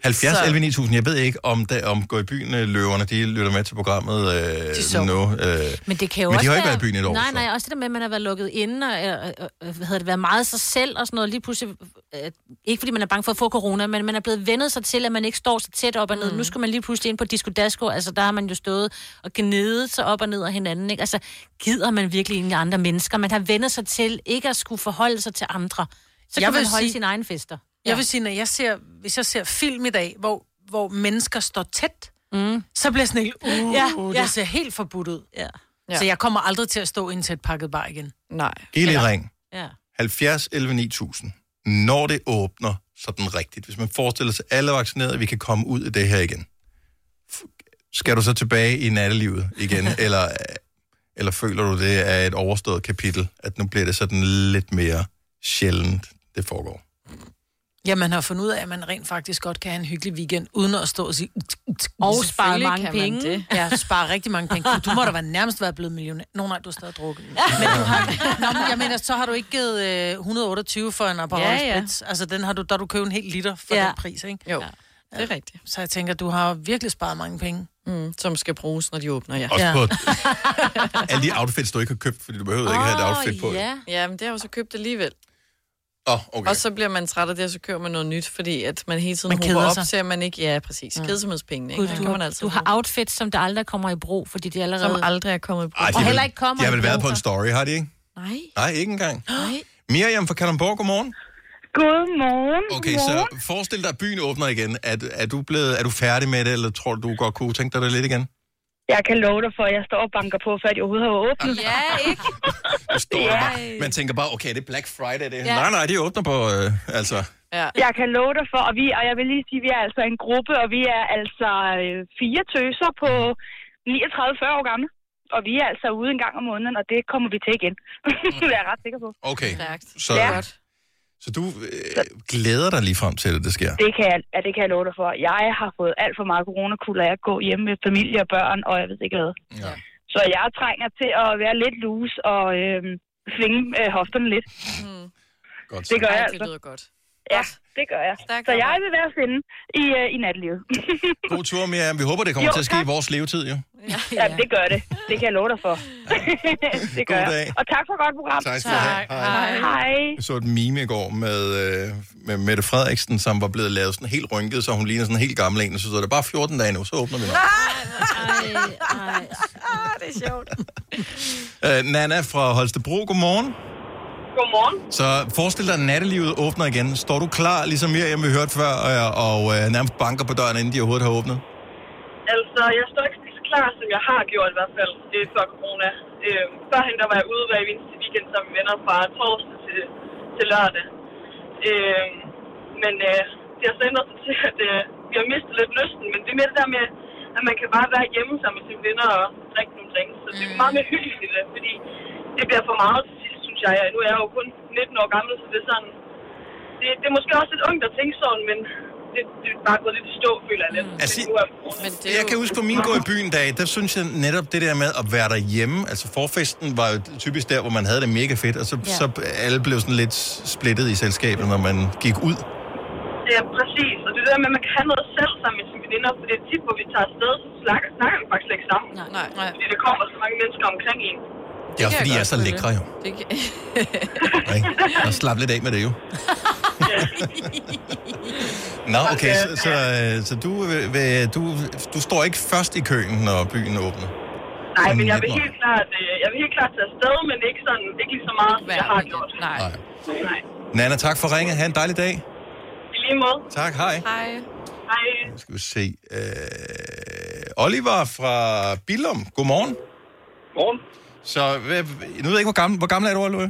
70
så-
11 9000, jeg ved ikke, om, der, om gå i byen øh, løverne, de lytter med til programmet øh,
De sover.
nu. Øh,
Men det kan jo
men de
også
har
være-
ikke været i byen i et år.
Nej,
så.
nej, også det der med, at man har været lukket inde, og, og, og- og hvad hedder det, været meget sig selv og sådan noget. Lige pludselig, øh, ikke fordi man er bange for at få corona, men man er blevet vendet sig til, at man ikke står så tæt op og ned. Mm. Nu skal man lige pludselig ind på Disco Dasko, altså der har man jo stået og gnedet sig op og ned af hinanden. Ikke? Altså, gider man virkelig egentlig andre mennesker? Man har vendet sig til ikke at skulle forholde sig til andre. Så
Jeg
jeg kan
vil
man holde
sige-
sige... sine egne fester.
Jeg vil sige, når jeg ser, hvis jeg ser film i dag, hvor hvor mennesker står tæt, mm. så bliver jeg sådan helt, uh, ja,
Ja,
ja.
ja.
det ser helt forbudt ud.
Ja.
Ja.
Ja. Så jeg kommer aldrig til at stå i en tæt pakket bar igen.
Nej.
Giv lige et ring.
Ja.
70 11 9000. Når det åbner sådan rigtigt, hvis man forestiller sig alle er vaccineret, vi kan komme ud af det her igen. F- Skal du så tilbage i nattelivet igen, eller, eller føler du det er et overstået kapitel, at nu bliver det sådan lidt mere sjældent, det foregår?
Ja, man har fundet ud af, at man rent faktisk godt kan have en hyggelig weekend, uden at stå og sige... "Ut, ut, ut."
Og
Selvfølgelig
spare
kan
mange
man
penge.
Det. Ja, spare rigtig mange penge. Du må da være nærmest være blevet millionær. Nå nej, du har stadig drukket. Men du har, nå, men jeg mener, så har du ikke givet øh, 128 for en Aperol
Ja,
ja,
ja.
ja. Altså, den har du, der har du købt en hel liter for
Ja.
ja. den pris, ikke?
Jo, det er rigtigt.
Så jeg tænker, du har virkelig sparet mange penge.
Mm, som skal bruges, når de åbner, ja.
Også på alle de outfits, du ikke har købt, fordi du behøver ikke have et outfit på.
Ah, Ja. ja, men det har jeg jo så købt alligevel.
Åh, oh, okay.
Og så bliver man træt af det, og så kører man noget nyt, fordi at man hele tiden
Man
man
keder
håber op
sig.
til, at man ikke... Ja, præcis. Mm. Kedsomhedspengene, ikke?
Gud,
Dem
du,
kan man
har,
altid
du har outfits, som der aldrig kommer i brug, fordi de allerede...
Som aldrig er kommet i brug.
Ej, de
og
har
heller
vel-
ikke kommer
De har
i
vel været
brug.
på en story, har de ikke?
Nej.
Nej, ikke engang.
Nej.
Miriam fra Kalundborg, godmorgen.
Godmorgen.
Okay, så forestil dig, at byen åbner igen. Er, er, du blevet, er du færdig med det, eller tror du, du godt kunne tænke dig det lidt igen?
Jeg kan love dig for, at jeg står og banker på, før de overhovedet har åbnet.
Ja, ikke?
Du står der
Ja.
bare, man tænker bare, okay, det er Black Friday, det. Ja.
Ja.
Nej, nej, de åbner på, øh, altså...
Ja.
Jeg kan love dig for, og, vi, og jeg vil lige sige, at vi er altså en gruppe, og vi er altså øh, fire tøser på 39-40 år gamle. Og vi er altså ude en gang om måneden, og det kommer vi til igen. det er jeg ret sikker på.
Okay, så,
Ja.
så du øh, glæder dig lige frem til, at det sker.
Det kan, jeg, ja, det kan jeg love dig for. Jeg har fået alt for meget coronakul af at gå hjemme med familie og børn, og jeg ved ikke hvad.
Ja.
Så jeg trænger til at være lidt loose og øh, svinge øh, hofterne lidt.
Godt,
det gør jeg
Mm. Ej, det
altså.
lyder godt.
Ja, det gør jeg. Så jeg vil være finde i, øh, i nattelivet.
God tur, Miriam. Vi håber, det kommer
Jo,
til at ske i
tak.
vores levetid, jo.
Ja, ja, det gør det. Det kan jeg love dig for. det gør
God
jeg.
dag.
Og tak for et godt program.
Tak skal du have. Tak. Hej.
Hej.
Jeg så et meme i går med, øh, med Mette Frederiksen, som var blevet lavet sådan helt rynket, så hun ligner sådan en helt gammel en, og så stod der bare 14 dage nu, så åbner vi nok.
Ah, det er sjovt.
Øh, Nana fra Holstebro, godmorgen.
Godmorgen.
Så forestil dig, at nattelivet åbner igen. Står du klar, ligesom Miriam, vi hørte før, og, og øh, nærmest banker på døren, inden de overhovedet har åbnet?
Altså, jeg står ikke lige så klar, som jeg har gjort i hvert fald øh, før corona. Øh, førhen der var jeg ude hver eneste weekend som venner fra torsdag til, til lørdag. Øh, men øh, det har så ændret sig til, at øh, vi har mistet lidt lysten. Men det er mere det der med, at man kan bare være hjemme sammen med sine venner og drikke nogle drinks. Så
Mm.
det er meget mere hyggeligt, øh, fordi det bliver for meget til sidst, synes jeg. Nu er jeg jo kun 19 år gammel, så det er sådan... Det, det er måske også lidt ungt at tænke sådan, men det, det er bare gået lidt i stå, føler jeg lidt.
Altså,
nu er men det
Jeg kan huske på min gå i byen dag, der synes jeg netop det der med at være derhjemme, altså forfesten var jo typisk der, hvor man havde det mega fedt, og så, ja.
Ja.
så alle blev sådan lidt splittet i selskabet, når man gik ud.
Ja, præcis. Og det er det der med, at man kan have noget selv sammen med sine veninder, for det er tit, hvor vi tager afsted, så snakker, snakker vi faktisk ikke sammen.
Nej, nej. nej.
Fordi der kommer så mange mennesker omkring en.
Det er også fordi, jeg er så lækre jo. Altså-
Det kan...
Og slap lidt af med det jo. Nå, okay, så, så, øh, så du, øh, vil- du, du står ikke først i køen, når byen åbner.
Nej, men jeg vil
Nå.
helt klart, øh, jeg vil helt klart tage afsted, men ikke, sådan, ikke lige så meget, som jeg har gjort.
Nej.
Nej.
Nana, tak for ringet. Ha' en dejlig dag.
I lige måde.
Tak, hej.
Hej. Hej.
Nu skal vi se. Øh, Oliver fra Billum, godmorgen.
Morgen.
Så hvad- nu ved jeg ikke, hvor gammel, hvor gammel er du, Oliver?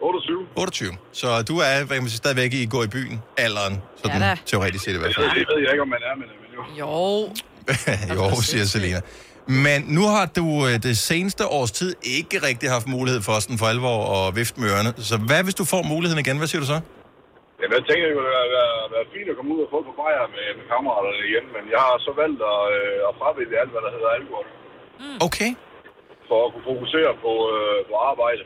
28.
28. Så du er hvad kan man sige, stadigvæk i går i byen, alderen, sådan
Ja
ja,
da.
teoretisk set i hvert fald.
Altså, Det ved jeg ikke, om man er, men men jo.
Jo.
jo, siger Selina. Men nu har du øh, det seneste års tid ikke rigtig haft mulighed for sådan for alvor at vifte med ørerne. Så hvad hvis du får muligheden igen? Hvad siger du så?
Jamen, jeg tænker, det kunne være, være, være fint at komme ud og få på bajer med, med kammeraterne igen, men jeg har så valgt at, øh, at fravælge alt, hvad der hedder alkohol,
Mm.
Okay.
for at kunne fokusere på, øh, på arbejde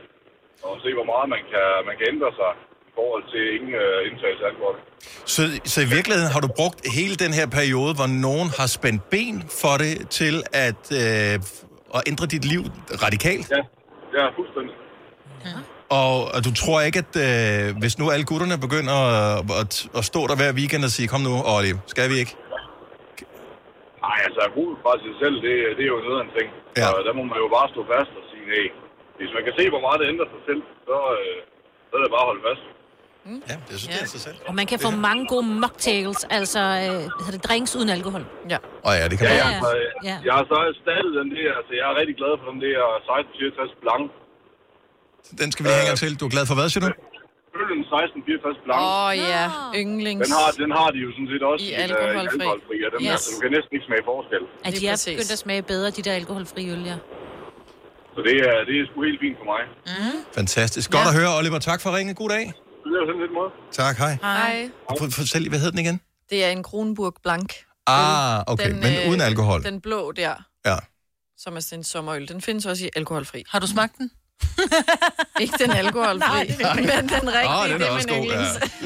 og se, hvor meget man kan, man kan ændre sig i forhold til ingen øh, indtagelse af alkohol.
Så, så i virkeligheden har du brugt hele den her periode, hvor nogen har spændt ben for det, til at, øh, at ændre dit liv radikalt?
Ja, ja fuldstændig.
Og, og du tror ikke, at øh, hvis nu alle gutterne begynder at, at, at stå der hver weekend og sige, kom nu, Olli, skal vi ikke?
Nej, altså at bruge fra sig selv, det, det er jo noget af en ting. Ja. Og der må man jo bare stå fast og sige, nej. Hvis man kan se, hvor meget det ændrer sig selv, så, øh, så er det bare at holde fast.
Mm. Ja, det synes jeg er interessant.
Og man kan få mange gode mocktails, altså øh, hvad hedder det drinks uden alkohol.
Ja.
Åh ja, det kan
Ja,
man.
ja.
Ja,
Så,
Ja.
ja. Jeg har så erstattet den der, altså jeg er rigtig glad for den der 1664 Blanc.
Den skal vi lige have en gang til. Du er glad for hvad, siger du?
Øllen 1664 Blanc.
Åh oh, ja, yndlings.
Den har, den har de jo sådan set også
I
i, øh, i
alkoholfri.
alkoholfri, og den yes.
Yes.
her, så du kan næsten ikke smage forskel.
At de er begyndt at smage bedre, de der alkoholfri øl, ja.
Så det er, det er sgu helt fint for mig.
Mm.
Fantastisk. Godt ja. at høre, Oliver. Tak for ringen. God dag.
Det er sådan lidt måde.
Tak, hej.
Hej.
For, fortæl lige, hvad hed den igen?
Det er en Kronburg Blank.
Ah, okay, men
øh,
uden alkohol.
Den blå der,
Ja.
som er sådan en sommerøl, den findes også i alkoholfri.
Har du smagt den?
ikke den
Nej,
alkoholfri, Nej,
det-
men
Ah,
den
Åh, den
rigtige,
er
det er
også
min
god, ja.
yndlings.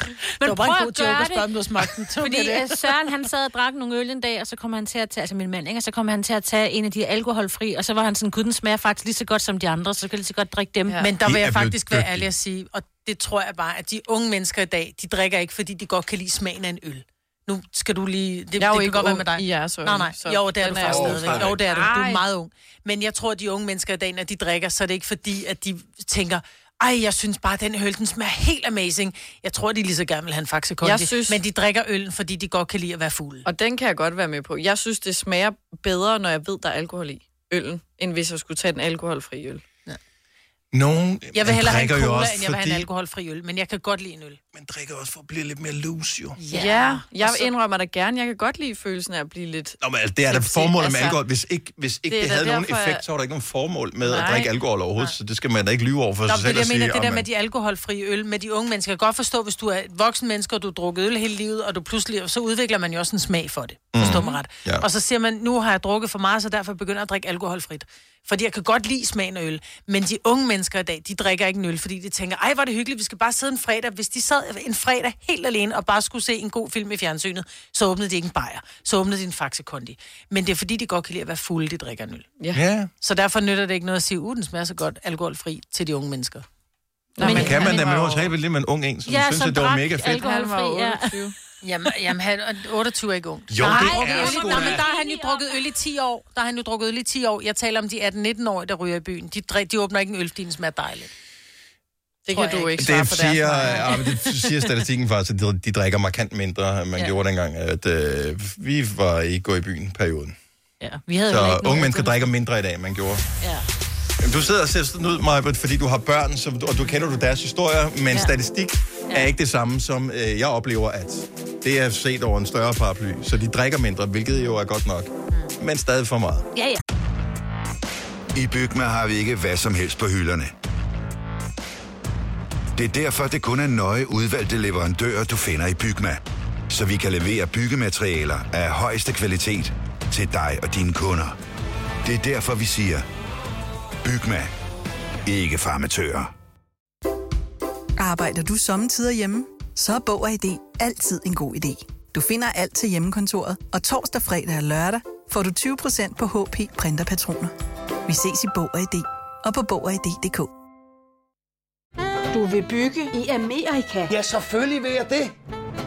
Men
Men
det var bare en
prøv
god
at
joke
gøre
at spørge,
det.
om du har smagt den. Så
Fordi
bliver det.
øh, Søren, han sad og drak nogle øl en dag, og så kom han til at tage, altså min mand, ikke? og så kom han til at tage en af de alkoholfri, og så var han sådan, gud, den smager faktisk lige så godt som de andre, så kan jeg lige så godt drikke dem. Ja.
Men der vil jeg faktisk være ærlig at sige, og det tror jeg bare, at de unge mennesker i dag, de drikker ikke, fordi de godt kan lide smagen af en øl. Nu skal du lige... Det,
Jeg
det
er jo
kan
ikke
godt være
ung
med dig.
i jeres øjne,
nej, nej.
så
Jo, det er
den
du
er
faktisk
jeg
stadigvæk.
overhovedet
Jo, det er du. Du er
ikke.
meget ung. Men jeg tror, at de unge mennesker i dag, når de drikker, så er det ikke fordi, at de tænker, ej, jeg synes bare, at den øl, den smager helt amazing. Jeg tror, de lige så gerne vil have en Faxe Kondi.
Jeg synes-
Men de drikker øllen, fordi de godt kan lide at være fugle.
Og den kan jeg godt være med på. Jeg synes, det smager bedre, når jeg ved, der er alkohol i øllen, end hvis jeg skulle tage den alkoholfri øl.
Nogen
Jeg vil hellere have en
drikker jo
cola,
også,
end jeg vil have en
fordi-
alkoholfri øl, men jeg kan godt lide en øl.
Man drikker også for at blive lidt mere loose, jo.
Ja, ja jeg indrømmer dig gerne. Jeg kan godt lide følelsen af at blive lidt...
Nå, men altså, det er da
Tipsy,
formålet med
altså.
alkohol. Hvis ikke, hvis ikke
Det
det,
er da
det havde nogen
derfor,
effekt,
jeg-
så var der ikke nogen formål med
Nej.
at drikke alkohol overhovedet, så det skal man da ikke lyve over for
Nå,
sig
men det er
selv
det,
og
jeg
sige,
mener, det der
"Åh,
med
mand."
de alkoholfri øl med de unge mennesker. Jeg kan godt forstå, hvis du er et voksen menneske, og du har drukket øl hele livet, og du pludselig, så udvikler man jo også en smag for det. Forstår
Mhm.
mig ret.
Ja.
Og så siger man, nu har jeg drukket for meget, så derfor begynder jeg at drikke alkoholfrit. Fordi jeg kan godt lide smagen af øl. Men de unge mennesker i dag, de drikker ikke en øl, fordi de tænker, ej, hvor er det hyggeligt, vi skal bare sidde en fredag. Hvis de sad en fredag helt alene og bare skulle se en god film i fjernsynet, så åbnede de ikke en bajer. Så åbnede de en Faxe Kondi. Men det er fordi, de godt kan lide at være fulde, de drikker en øl.
Ja.
ja.
Så derfor nytter det ikke noget at sige, uden smager så godt alkoholfri til de unge mennesker.
Nå, men kan man da,
han
men nu
var
har talt lidt med en ung en, som
Ja,
synes,
som
at det var
drak
mega fedt.
alkohol.
Han var
Alkoholfri, ja.
28.
Jamen, jamen han, og 28 er ikke ung.
Jo, det
drukket
er
øl i-
sgu
Nej, men
da.
der har han jo drukket øl i 10 år. Der har han jo drukket øl i 10 år. Jeg taler om de 18-19-årige, der ryger i byen. De, drik, de åbner ikke en øl, fordi den smager dejligt.
Det
Tror
kan
jeg
du ikke svare
Det
på deres
siger,
vegne.
ja, men det siger statistikken faktisk, at de, de drikker markant mindre, end man
Ja.
ja. gjorde dengang, at øh, vi var ikke gået i byen perioden.
Ja, vi havde heller
så
ikke nogen
unge mennesker drikker mindre i dag, end man gjorde.
Ja.
Jamen, Du sidder og ser sådan ud, Majbert, fordi du har børn, som, og du kender du deres historier, men ja. statistik er ikke det samme, som øh, jeg oplever, at det er set over en større paraply, så de drikker mindre, hvilket jo er godt nok, mm. men stadig for meget.
Ja, ja.
I Bygma har vi ikke hvad som helst på hylderne. Det er derfor, det kun er nøje udvalgte leverandører, du finder i Bygma. Så vi kan levere byggematerialer af højeste kvalitet til dig og dine kunder. Det er derfor, vi siger, Bygma. Ikke farmatører.
Arbejder du sommetider hjemme? Så er Bog og ID altid en god idé. Du finder alt til hjemmekontoret, og torsdag, fredag og lørdag får du 20% på HP printerpatroner. Vi ses i Bog og ID og på Bog og ID.dk.
Du vil bygge i Amerika? Ja, selvfølgelig vil jeg det.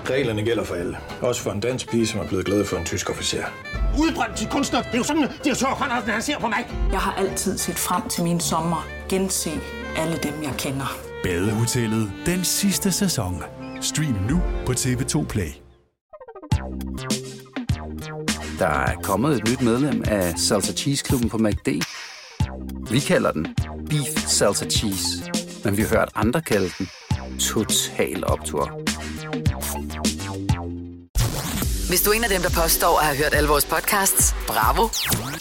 Reglerne gælder for alle. Også for en dansk pige, som er blevet glad for en tysk officer.
Udbrændt til kunstner. Det er jo sådan, at de har tørt, Conradsen, han ser på mig. Jeg har altid set frem til min sommer. Gense alle dem, jeg kender.
Badehotellet den sidste sæson. Stream nu på TV2 Play.
Der er kommet et nyt medlem af Salsa Cheese Klubben på MACD. Vi kalder den Beef Salsa Cheese, men vi har hørt andre kalde den Total Optor.
Hvis du er en af dem, der påstår at have hørt alle vores podcasts, bravo.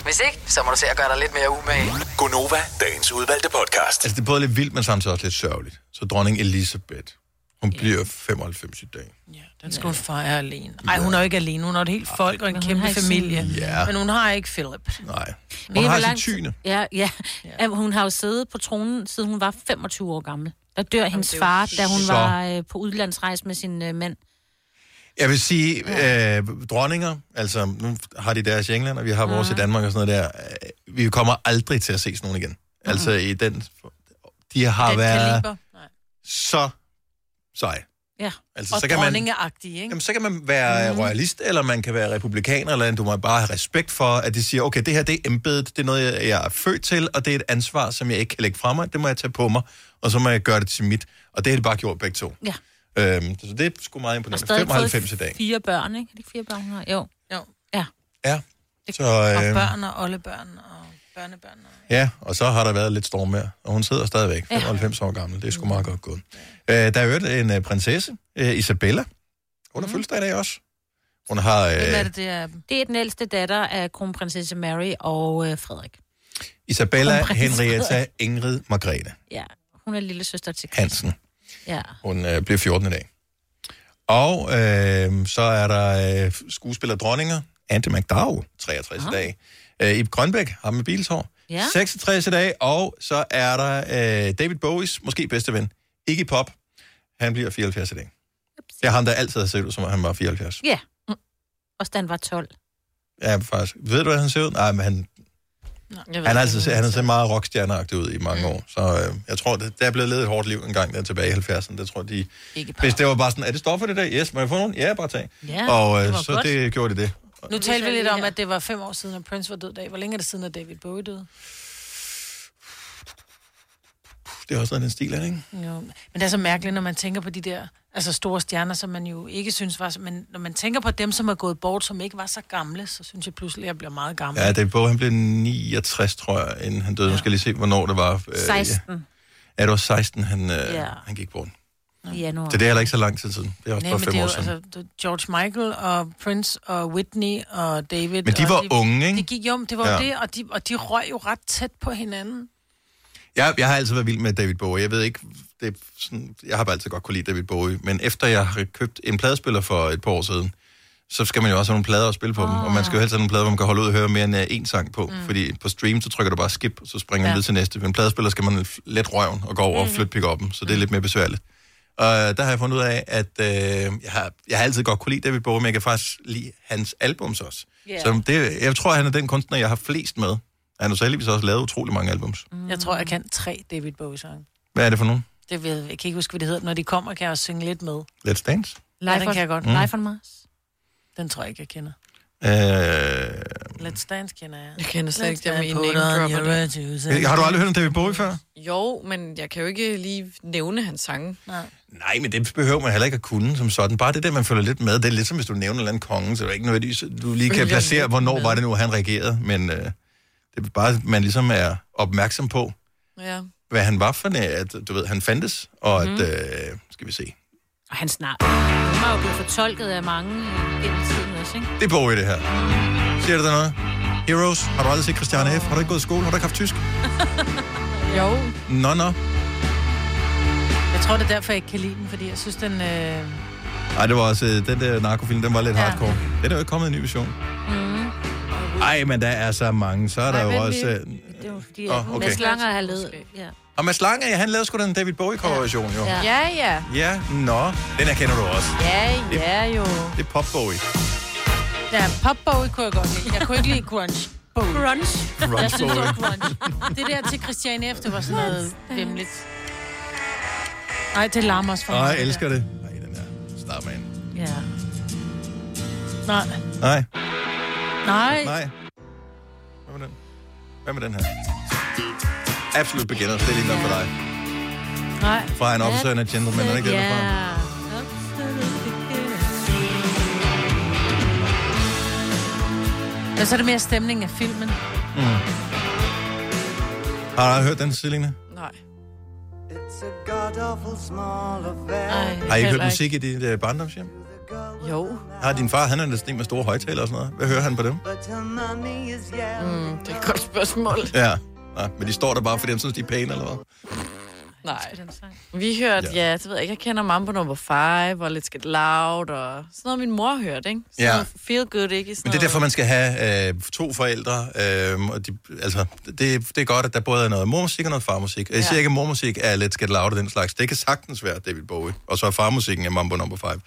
Hvis ikke, så må du se at gøre dig lidt mere umage.
Gonova, dagens udvalgte podcast. Altså, det er både lidt vildt, men samtidig også lidt sørgeligt. Så dronning Elisabeth, hun bliver 95 i dag.
Den skulle hun fejre alene. Nej, hun er jo ikke alene. Hun er et helt folk og en kæmpe
har ikke
familie.
sin-
Ja.
Men hun har ikke Philip.
Nej.
Ved I, hvor lang tid- Ja, ja. ja. Hun har jo siddet på tronen, siden hun var 25 år gammel. Der dør hendes
det er jo
far, da hun
Så.
var øh, på udlandsrejse med sin øh, mand.
Jeg vil sige, øh, dronninger, altså nu har de deres i England, og vi har vores i Danmark og sådan noget der. øh, Vi kommer aldrig til at se sådan nogen igen. Altså i den... De har
Den
været
kaliber.
så seje.
Ja.
Altså,
Altså, og
så kan man-
dronningeagtige, ikke?
Jamen, så kan man være mm. royalist, eller man kan være republikaner, eller andet. du må bare have respekt for, at de siger, okay, det her det er embedet, det er noget, jeg- jeg er født til, og det er et ansvar, som jeg ikke kan lægge fra mig, det må jeg tage på mig, og så må jeg gøre det til mit. Og det har de bare gjort begge to.
Ja.
Øhm, så det er sgu meget
Og
imponerende.
stadig
95 i
fået
dag.
fire børn, ikke? Er det ikke fire børn, hun har? Jo.
Jo.
Ja.
Ja. Så,
Og
øh,
børn og oldebørn og børnebørn.
ja, og så har der været lidt storm mere, og hun sidder stadigvæk,
Ja.
95 år gammel, det er sgu meget godt gået. Øh, der er jo en øh, prinsesse, øh, Isabella, hun har mm. fødselsdag i dag også. Hun har... Øh,
det, det er? Det er den ældste datter af kronprinsesse Mary og øh, Frederik.
Isabella,
Kronprins
Henrietta,
Frederik.
Ingrid, Margrethe
Ja, hun er lille søster til Chris.
Hansen.
Ja.
Hun øh, bliver 14 i dag. Og øh, så er der øh, skuespiller dronninger, Ante McDowell, 63 i dag. Øh, Ib Grønbæk, ham med bilshår,
Ja.
66 i dag. Og så er der øh, David Bowies, måske bedste ven, Iggy Pop. Han bliver 74 i dag. Det er ham, der altid har set ud, som om han var 74.
Ja. Mm. Og da han var 12.
Ja, faktisk. Ved du, hvordan han ser ud? Nej, men han, han har altid set, han har set meget rockstjerneagtig ud i mange år. Så øh, jeg tror, det, der er blevet levet et hårdt liv engang der tilbage i 70'erne. Det tror jeg, de...
Ikke
Hvis det var bare sådan, er det stoffer det der? Yes, må jeg få nogen? Ja, bare tag.
Ja,
og
det
øh,
var
så
godt.
det gjorde de det.
Nu talte vi lidt om, at det var fem år siden, at Prince var død i dag. Hvor længe er det siden, at David Bowie døde?
Det er også noget af den stil, er det, ikke?
Jo. Men det er så mærkeligt, når man tænker på de der altså store stjerner, som man jo ikke synes var... Men når man tænker på dem, som er gået bort, som ikke var så gamle, så synes jeg pludselig, at jeg bliver meget gammel.
Ja, David Bowie, han blev 69, tror jeg, inden han døde. Nu skal jeg lige se, hvornår det var. Øh,
16
Ja, det var 16, han, øh,
Ja.
han gik bort.
i januar.
Så det er heller ikke så lang tid siden. Det er også
Nej,
bare
men
fem
det er
år
jo,
siden.
altså, det er George Michael og Prince og Whitney og David.
Men de
og
var unge, ikke?
De gik jo, det var ja.
Ja.
det, og de, og de røg jo ret tæt på hinanden.
Jeg, jeg har altid været vild med David Bowie. Jeg ved ikke, det er sådan, jeg har bare altid godt kunne lide David Bowie. Men efter jeg har købt en pladespiller for et par år siden, så skal man jo også have nogle plader at spille på oh. dem. Og man skal jo helst have nogle plader, hvor man kan holde ud og høre mere end øh, én sang på. Mm. Fordi på stream, så trykker du bare skip, og så springer ja.
Ja.
den videre til næste. Men pladespiller skal man f- let røven og gå over mm. og flytte pick upen, så det er lidt mere besværligt. Og der har jeg fundet ud af, at øh, jeg, har, jeg har altid godt kunne lide David Bowie, men jeg kan faktisk lide hans albums også.
Ja.
Yeah. Så det, jeg tror, han er den kunstner, jeg har flest med. Han har så heldigvis også lavet utrolig mange albums.
Mm. Jeg tror, jeg kan tre David Bowie-sange.
Hvad er det for nogen?
Det ved jeg, jeg kan ikke huske, hvad det hedder. Når de kommer, kan jeg også synge lidt med.
Let's Dance.
ja, den kan jeg godt.
Mm. Life
on Mars.
Den tror jeg ikke, jeg kender.
Øh,
Let's Dance kender jeg. Jeg
kender slet ikke dem i
Put
name
on
dropper.
your red shoes and-
har du aldrig hørt om David Bowie før?
Jo, men jeg kan jo ikke lige nævne hans sange.
Nej.
Nej, men det behøver man heller ikke at kunne som sådan. Bare det der, man følger lidt med. Det er lidt som, hvis du nævner en eller anden konge, så er det ikke nødvendigvis, at du lige kan
Følger
placere,
lidt
hvornår
med.
var det nu, han reagerede. Men øh, det er bare, at man ligesom er opmærksom på,
Ja.
hvad han var for en, at du ved, han fandtes, og
Mhm.
mm. at, øh, skal vi se.
Og han snart. Hun var jo blevet fortolket af mange øh, gennem tiden også, ikke?
Det er Bowie, det her. Siger det dig noget? Heroes, har du aldrig set Christiane F? Har du ikke gået i skole? Har du ikke haft tysk?
Jo.
Nå, nå.
Jeg tror, det er derfor, jeg ikke kan lide den, fordi jeg synes, den... Øh...
Nej, det var også, øh, den der narkofilm, den var lidt hardcore. Den er jo ikke kommet i en ny version.
Mm.
Ej, men der er så mange. Så er der
Nej,
jo
vent
også...
lige.
øh,
Det er jo fordi,
Åh,
oh, okay.
okay.
Mads Langer har lavet... Ja.
Og Mads Lange, ja, han lavede sgu da den David Bowie-coverversion, jo.
Ja, ja. Ja,
Ja, nå. Den her kender du også.
ja, ja jo.
Det er Pop Bowie.
Ja, pop Bowie kunne jeg godt lide. Jeg kunne ikke lide grunge. Bowie. Grunge?
Grunge
jeg synes, det var
Bowie.
grunge. Det der til Christiane F, det var sådan noget vimligt. Nej, det larmer også for
Åh,
mig.
jeg elsker det. Nej, den her. Start med en.
Ja. Nej.
Nej.
Nej.
Nej. Hvad med den? Hvad med den her? Absolut beginner, det er lige nok for dig.
Nej.
Fra en officer and a gentleman, er det ikke det,
Ja.
derfra?
Men så er det mere stemningen af filmen.
Mm. Har du hørt den, Selina?
Nej.
Har I ikke hørt musik i dit uh, barndomshjem?
Jo.
Har din far, han er næsten en med store højtaler og sådan noget. Hvad hører han på dem?
Mm, det er et godt spørgsmål.
Ja. Nej, men de står der bare, fordi han synes, de er pæne, eller hvad?
Nej. Vi hørte, ja. ja, det ved jeg ikke, jeg kender Mambo number 5 og Let's Get Loud og sådan noget, min mor hørte, ikke? Sådan
Ja.
noget Feel Good, ikke? Sådan
Men det er derfor, man skal have øh, to forældre. Øh, og de, altså, det, det er godt, at der både er noget mormusik og noget farmusik. Og Jeg
Ja.
siger ikke, at mormusik er Let's Get Loud og den slags. Det kan sagtens være David Bowie. Og så er farmusikken af Mambo Number 5.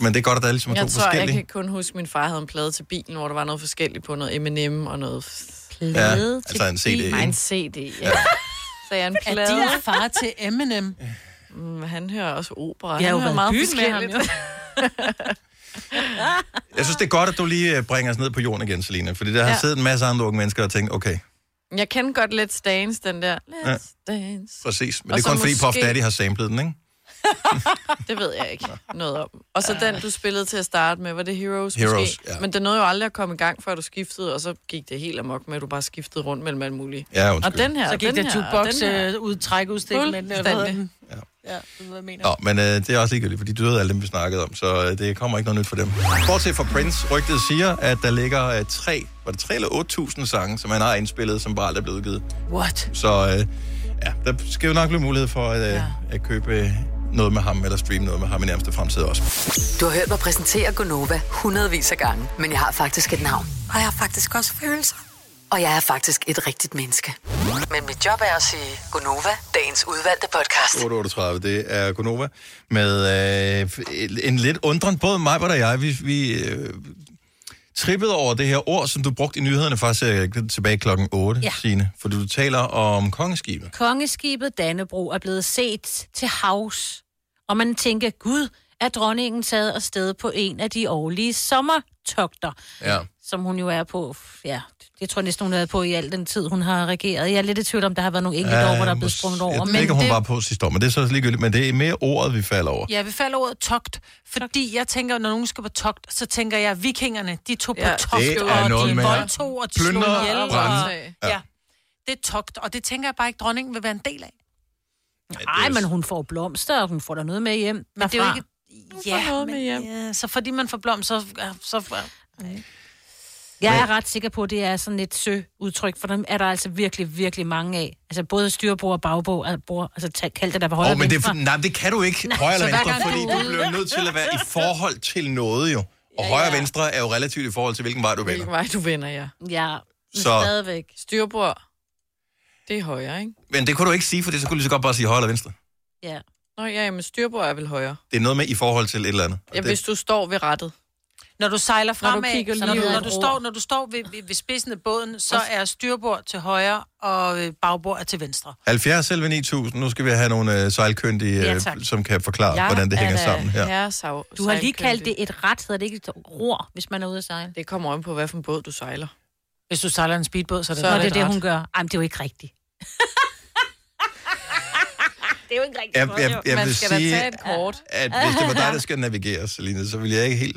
Men det er godt, at der er ligesom er
jeg
to
tror, jeg
forskellige.
kan kun huske, at min far havde en plade til bilen, hvor der var noget forskelligt på noget M&M og noget...
Ja, altså en CD,
Nej,
ikke?
en CD, ja.
Ja.
Så jeg er en
Er
plade.
din far til Eminem?
Mm, han hører også opera.
Jeg har jo
han hører
været i
meget
byen med ham,
forskelligt.
Jeg synes, det er godt, at du lige øh, bringer os ned på jorden igen, Selina. Fordi der ja. har
Ja.
siddet en masse andre unge mennesker og tænkt, okay,
Jeg kan godt Let's Dance, den der. Let's
Ja.
Dance.
præcis. Men
Og
det er
så
kun fordi Puff
måske-
Daddy har samlet den, ikke?
Det ved jeg ikke noget om. Og så den, du spillede til at starte med, var det Heroes,
Heroes,
måske?
ja.
Men det nåede jo aldrig at komme i gang, før du skiftede, og så gik det helt amok med, at du bare skiftede rundt mellem alt muligt.
Ja,
og
undskyld.
den her,
Så gik
og
der
den her, og
jukebox
den her.
øh, ud, trækudstik med den. eller hvad hedder den?
Ja.
Ja, du ved, hvad jeg mener.
Nå, men øh, det er også ligegyldigt, fordi de døde alle dem, vi snakkede om, så øh, det kommer ikke noget nyt for dem. Bortset fra Prince, rygtet siger, at der ligger øh, tre, var det tre eller 8.000 sange, som han har indspillet, som bare aldrig er blevet udgivet.
What?
Så øh, ja, der skal jo nok blive mulighed for at, øh, ja. at købe øh, noget med ham, eller streame noget med ham i nærmeste fremtid også.
Du har hørt mig præsentere Gonova hundredvis af gange, men jeg har faktisk et navn. Og jeg har faktisk også følelser. Og jeg er faktisk et rigtigt menneske. Men mit job er at sige Gonova, dagens udvalgte podcast.
8.38, det er Gunova, med øh, en lidt undren, både mig og jeg, vi, vi øh, trippede over det her ord, som du brugte i nyhederne faktisk øh, tilbage klokken 8, ja.
Ja.
Signe, for du taler om kongeskibet.
Kongeskibet Dannebro er blevet set til havs, og man tænker, gud, er dronningen taget afsted på en af de årlige sommertogter,
Ja.
som hun jo er på, f- ja, det tror jeg næsten, hun har været på i al den tid, hun har regeret. Jeg er lidt i tvivl om, der har været nogle enkelte
Ja,
år, hvor der er blevet
mås-
sprunget over.
Øh, Jeg ved ikke, om hun
det,
det... var på sidste år, men det er så også ligegyldigt. Men det er mere ordet, vi falder over.
Ja, vi falder ordet togt, fordi jeg tænker, når nogen skal på togt, så tænker jeg, vikingerne, de tog på
Ja,
togt,
det er
og
noget
de
med
voldtog, og de slog
plyndre,
ihjel. Og,
brænde. Ja.
ja. ja, det er togt, og det tænker jeg bare ikke, dronningen vil være en del af.
nej, men hun får blomster, og hun får der noget med hjem.
Men det er jo ikke...
får
Ja,
noget
men, ja, så fordi man får blom, så... ja, så nej.
Jeg er ret sikker på, at det er sådan et søudtryk, for dem er der altså virkelig, virkelig mange af. Altså både styrbord og bagbord, altså, bord, altså tag- kald det der på højre
Åh, men det, er
venstre.
for- nej, det kan du ikke,
Nej,
højre eller
så hver
venstre,
gang
fordi
du-
du bliver nødt til at være i forhold til noget jo. Og højre og venstre er jo relativt i forhold til, hvilken vej du vælger.
Hvilken vej du vender, ja.
Ja,
men Så-
stadigvæk.
Styrbord, det er højre, ikke?
Men det kunne du ikke sige, for det så kunne du lige så godt bare sige højre eller venstre.
Ja.
Nå ja, ja, men styrbord er vel højre.
Det er noget med i forhold til et eller andet.
Ja,
det...
hvis du står ved rettet.
Når du sejler fremad, når du,
kigger
når,
lige
du,
ud. Altså-
når, du står, når du står ved, ved, ved spidsen af båden, så er styrbord til højre, og øh, bagbord er til venstre.
70 selv 9000, nu skal vi have nogle øh, sejlkyndige,
Ja,
øh,
tak.
som kan forklare, hvordan det hænger sammen her.
her.
Du har lige kaldt det et ret, hedder det ikke et ror, hvis man er ude at sejle?
Det kommer an på, hvad for en båd du sejler.
Hvis du sejler en speedbåd, så er det,
Så er det
et
det,
ret.
hun gør. Ej, men det er jo ikke rigtigt. det er jo ikke rigtigt.
Jeg, jeg, jeg vil sige,
kort.
at hvis det var dig, der skal navigere, Selina, så ville jeg ikke helt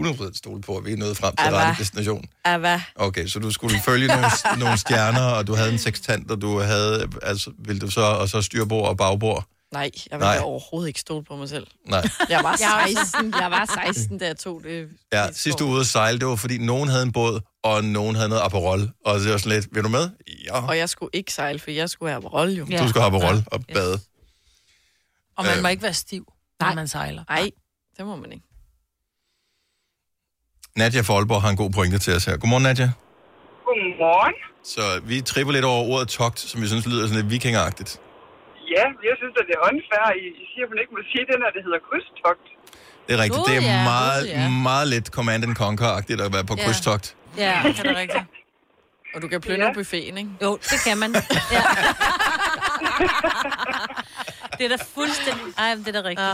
100% stole på, at vi er nået frem til
Ah,
rette
hva?
destination.
Ah, hvad?
Okay, så du skulle følge nogle, nogle stjerner, og du havde en sextant, og du havde, altså, vil du så, og så styrbord og bagbord?
Nej, jeg vil
Nej.
da overhovedet ikke stole på mig selv.
Nej.
Jeg var
Jeg er også-
16, jeg var 16 da jeg tog det.
Ja, sidste uge ude at sejle, det var fordi, nogen havde en båd, og nogen havde noget Aperol, og det var sådan lidt, vil du med? Ja.
Og jeg skulle ikke sejle, for jeg skulle have rolle jo.
Du skal have Aperol og bade.
Og man må
Øh.
ikke være stiv, når man sejler.
Nej, det må man ikke.
Nadja fra Aalborg har en god pointe til os her. Godmorgen, Nadja.
Godmorgen.
Så vi tripper lidt over ordet togt, som vi synes lyder sådan lidt vikingagtigt.
Ja, jeg synes, at det er unfair. I, I siger, at man ikke må sige det, når det hedder krydstogt.
Det er rigtigt.
Gud,
det er
ja.
meget,
Gud, ja.
meget lidt Command and Conquer-agtigt at være på
Ja.
krydstogt.
Ja,
det er rigtigt. Og du kan plønne ja. buffeten, ikke?
Jo, det kan man. Ja. det er da fuldstændig... Ej, men det er da rigtigt.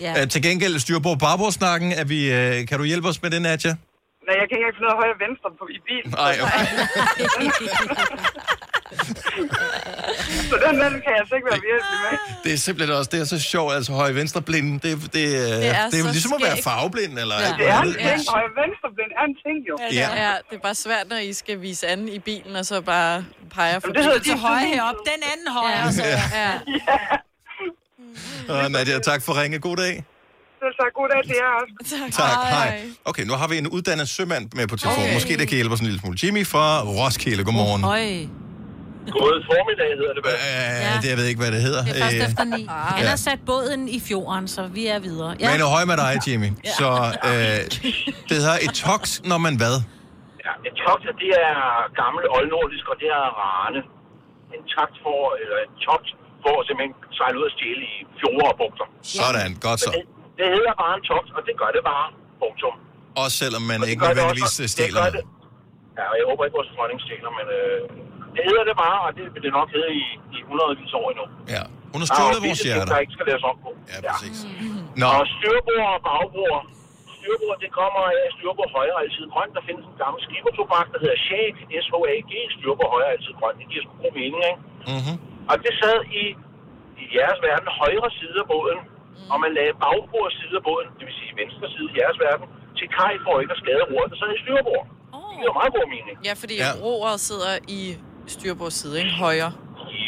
Ja.
Ja. Øh, Til gengæld, styrbord barbordsnakken, er vi, øh, kan du hjælpe os med den, Nadja?
Nej, jeg kan ikke engang finde noget højre og venstre på, i bilen.
Nej, okay.
så den, den kan jeg altså ikke være virkelig med.
Det er simpelthen også, det er så sjovt, altså høje venstre blinde, det, det, det, er, det
er
er
så
jo ligesom at være
skægt.
farveblind, eller
Ja.
alt
Det er
muligt
det.
andet.
Ja.
Højre og venstre blind er en ting, jo.
Ja, det er.
ja, det er bare svært, når I skal vise anden i bilen, og så bare peger for
det hedder
Så højre herop, den anden højre. Ja. Så, ja.
Ja. Og Nadia, tak for ringe. God dag.
Selv tak. God dag til jer også.
Tak, hej. Okay, nu har vi en uddannet sømand med på telefonen. Okay. Måske det kan hjælpe os en lille smule. Jimmy fra Roskilde, godmorgen.
Høj.
God formiddag hedder det, hvad? Ja. Det, jeg ved ikke, hvad det hedder.
Det er først
Øh,
efter
Ah.
ni. Han
Ja.
har sat båden i fjorden, så vi er videre.
Ja. Men er høj med dig, Jimmy. Ja. Så øh, det hedder et tox, når man hvad?
Ja, en togt, det er gammel oldnordisk, og det er rane. En togt for, eller en togt for at simpelthen sejle ud og stjæle i fjorde og bugter.
Sådan, godt så.
Men Det, det hedder bare en togt, og det gør det bare. Punktum.
Også selvom man
Og det
ikke
gør det
nødvendigvis
også, og det
stjæler
gør
noget.
Ja, og jeg håber ikke, vores dronning stjæler, men øh, det hedder det bare, og det vil det nok hedde i, i hundredvis år endnu.
Ja. Hun har stjålet
Og
vores
visse ting,
hjerter.
Der ikke skal laves om på.
Ja, præcis.
Nå.
Nå.
Og styrbord og bagbord. Styrbord, det kommer af styrbord højre altid grønt. Der findes en gammel skibertobak, der hedder Shag, S-H-A-G, styrbord højre altid grønt. Det giver sgu god mening, ikke?
Mm-hmm.
Og det sad i, i jeres verden højre side af båden, og man lagde bagbord side af båden, det vil sige venstre side i jeres verden, til kaj for ikke at skade roret, der sad i styrbord. Det giver meget god mening.
Ja, fordi
Ja.
ja. roret sidder i styrbords side, ikke? Højre.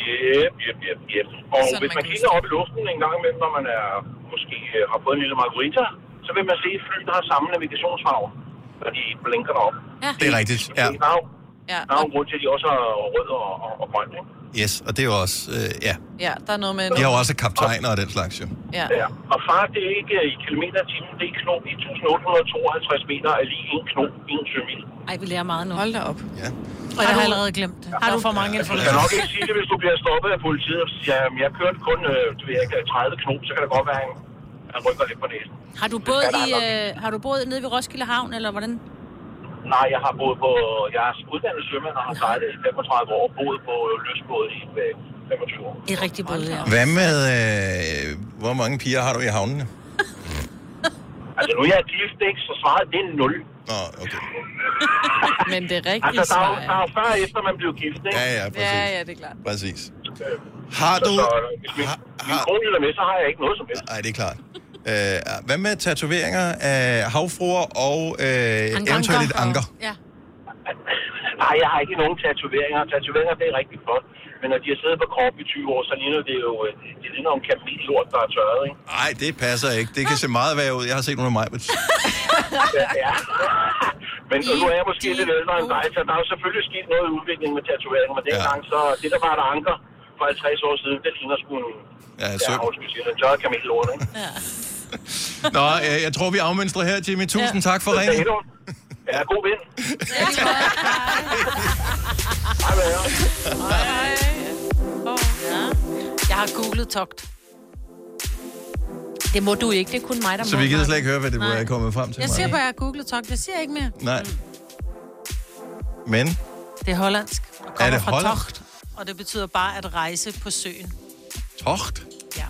Jep, jep, jep, jep. Og
Sådan,
Sådan, hvis
man
man
kan
kigger op i luften en gang imellem, når man er, måske øh, har fået en lille margarita, så vil man se et fly, der har samme navigationsfarve, når de blinker op.
Det er rigtigt, ja.
Der er jo,
ja.
der er jo en grund til, at de også er rød og, og, og grøn, ikke?
Yes, og det er jo også, øh, ja.
Ja, der er noget med...
De har jo også kaptajner og den slags, jo.
Ja.
ja. Og far, det er ikke øh, i kilometer i timen, det er i knop. 1852 meter er lige en knop i en sømil.
Ej, vi lærer meget nu.
Hold da op.
Ja.
Og jeg har allerede glemt det. Har du for mange
Jeg skal nok ikke sige det, hvis du bliver stoppet af politiet. og siger, Jamen, jeg kørte kun øh, du ved ikke, 30 knop, så kan det godt være, at han- han rykker lidt på næsen.
Har du boet, i, øh, har du boet nede ved Roskilde Havn, eller hvordan?
Nej, jeg har boet på... Jeg er uddannet sømand og har sejlet i 35 år. Boet på løsbåd i øh, 25 år.
Det er rigtig både, ja.
Hvad med, øh, hvor mange piger har du i havnene?
Altså, nu er jeg gift, ikke? Så svaret, det er nul.
Nå, okay.
Men det er rigtigt
Altså, der er, jo,
svar,
der er jo før og efter, man blev gift, ikke? Øh,
Ja, ja, præcis.
Ja, ja, det er klart.
Præcis. Har du...
Så, så, hvis min, min kone lytter med, så har jeg ikke noget som helst.
Nej, det er klart. Øh, hvad med tatoveringer af havfruer og øh, eventuelt et anker?
Ja.
Nej, jeg har ikke nogen tatoveringer. Tatoveringer, det er rigtig flot. Men når de har siddet på kroppen i 20 år, så ligner det jo... øh, Det ligner jo en kamillort, der er tørret, ikke?
Nej, det passer ikke. Det kan se meget værre ud. Jeg har set nogle af mig. men-
Ja, ja. Men nu er jeg måske lidt ældre end dig, så der er jo selvfølgelig sket noget i udviklingen med tatoveringer, men dengang så det, der var der anker for 50 år siden, det ligner sgu en,
Ja,
ja,
synd.
undskyld, jeg siger det, en tørret kamillort, ikke?
Nå, øh, jeg tror, vi afmønstrer her, Jimmy. Tusind ja. tak for
Det er
ringen.
endnu. Ja, god vind.
Jeg har googlet togt.
Det må du ikke, det er kun mig, der
Så
må.
vi gider slet ikke høre, hvad det
Nej.
er kommet frem til.
Jeg siger
Maja.
bare, at jeg har googlet togt. Jeg siger ikke mere.
Nej. Men
Det er hollandsk. Og kommer
er det
fra
holland?
togt. Og det betyder bare at rejse på søen.
Tocht?
Ja.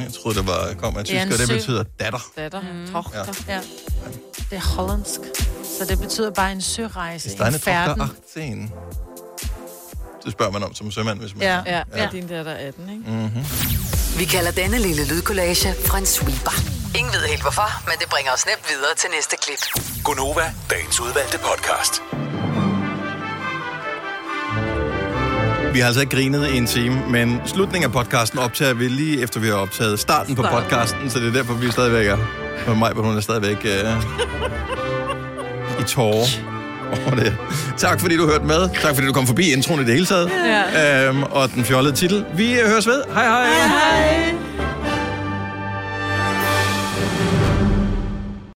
Jeg troede, der var, kom af
Det er
tysk,
en
og det
sø.
betyder datter.
Datter. Mm.
Ja.
Tochter. Ja. Det er hollandsk. Så det betyder bare en sørejse.
Ist deine
en ah. færden.
Tochter 18? Det spørger man om som sømand, hvis man...
Ja.
Ja,
Ja.
ja. din datter er 18, ikke?
Mm-hmm.
Vi kalder denne lille lydkollage Frans sweeper. Ingen ved helt hvorfor, men det bringer os nemt videre til næste klip.
Gonova, dagens udvalgte podcast.
Vi har altså ikke grinet i en time, men slutningen af podcasten optager vi lige efter, vi har optaget starten på
Starten.
podcasten, så det er derfor, vi stadigvæk er. For mig, hun er stadigvæk øh, i tårer over det. Tak fordi du hørte med. Tak fordi du kom forbi introen i det hele taget.
Ja.
Øhm, og den fjollede titel. Vi øh, høres ved. Hej hej. hej, hej.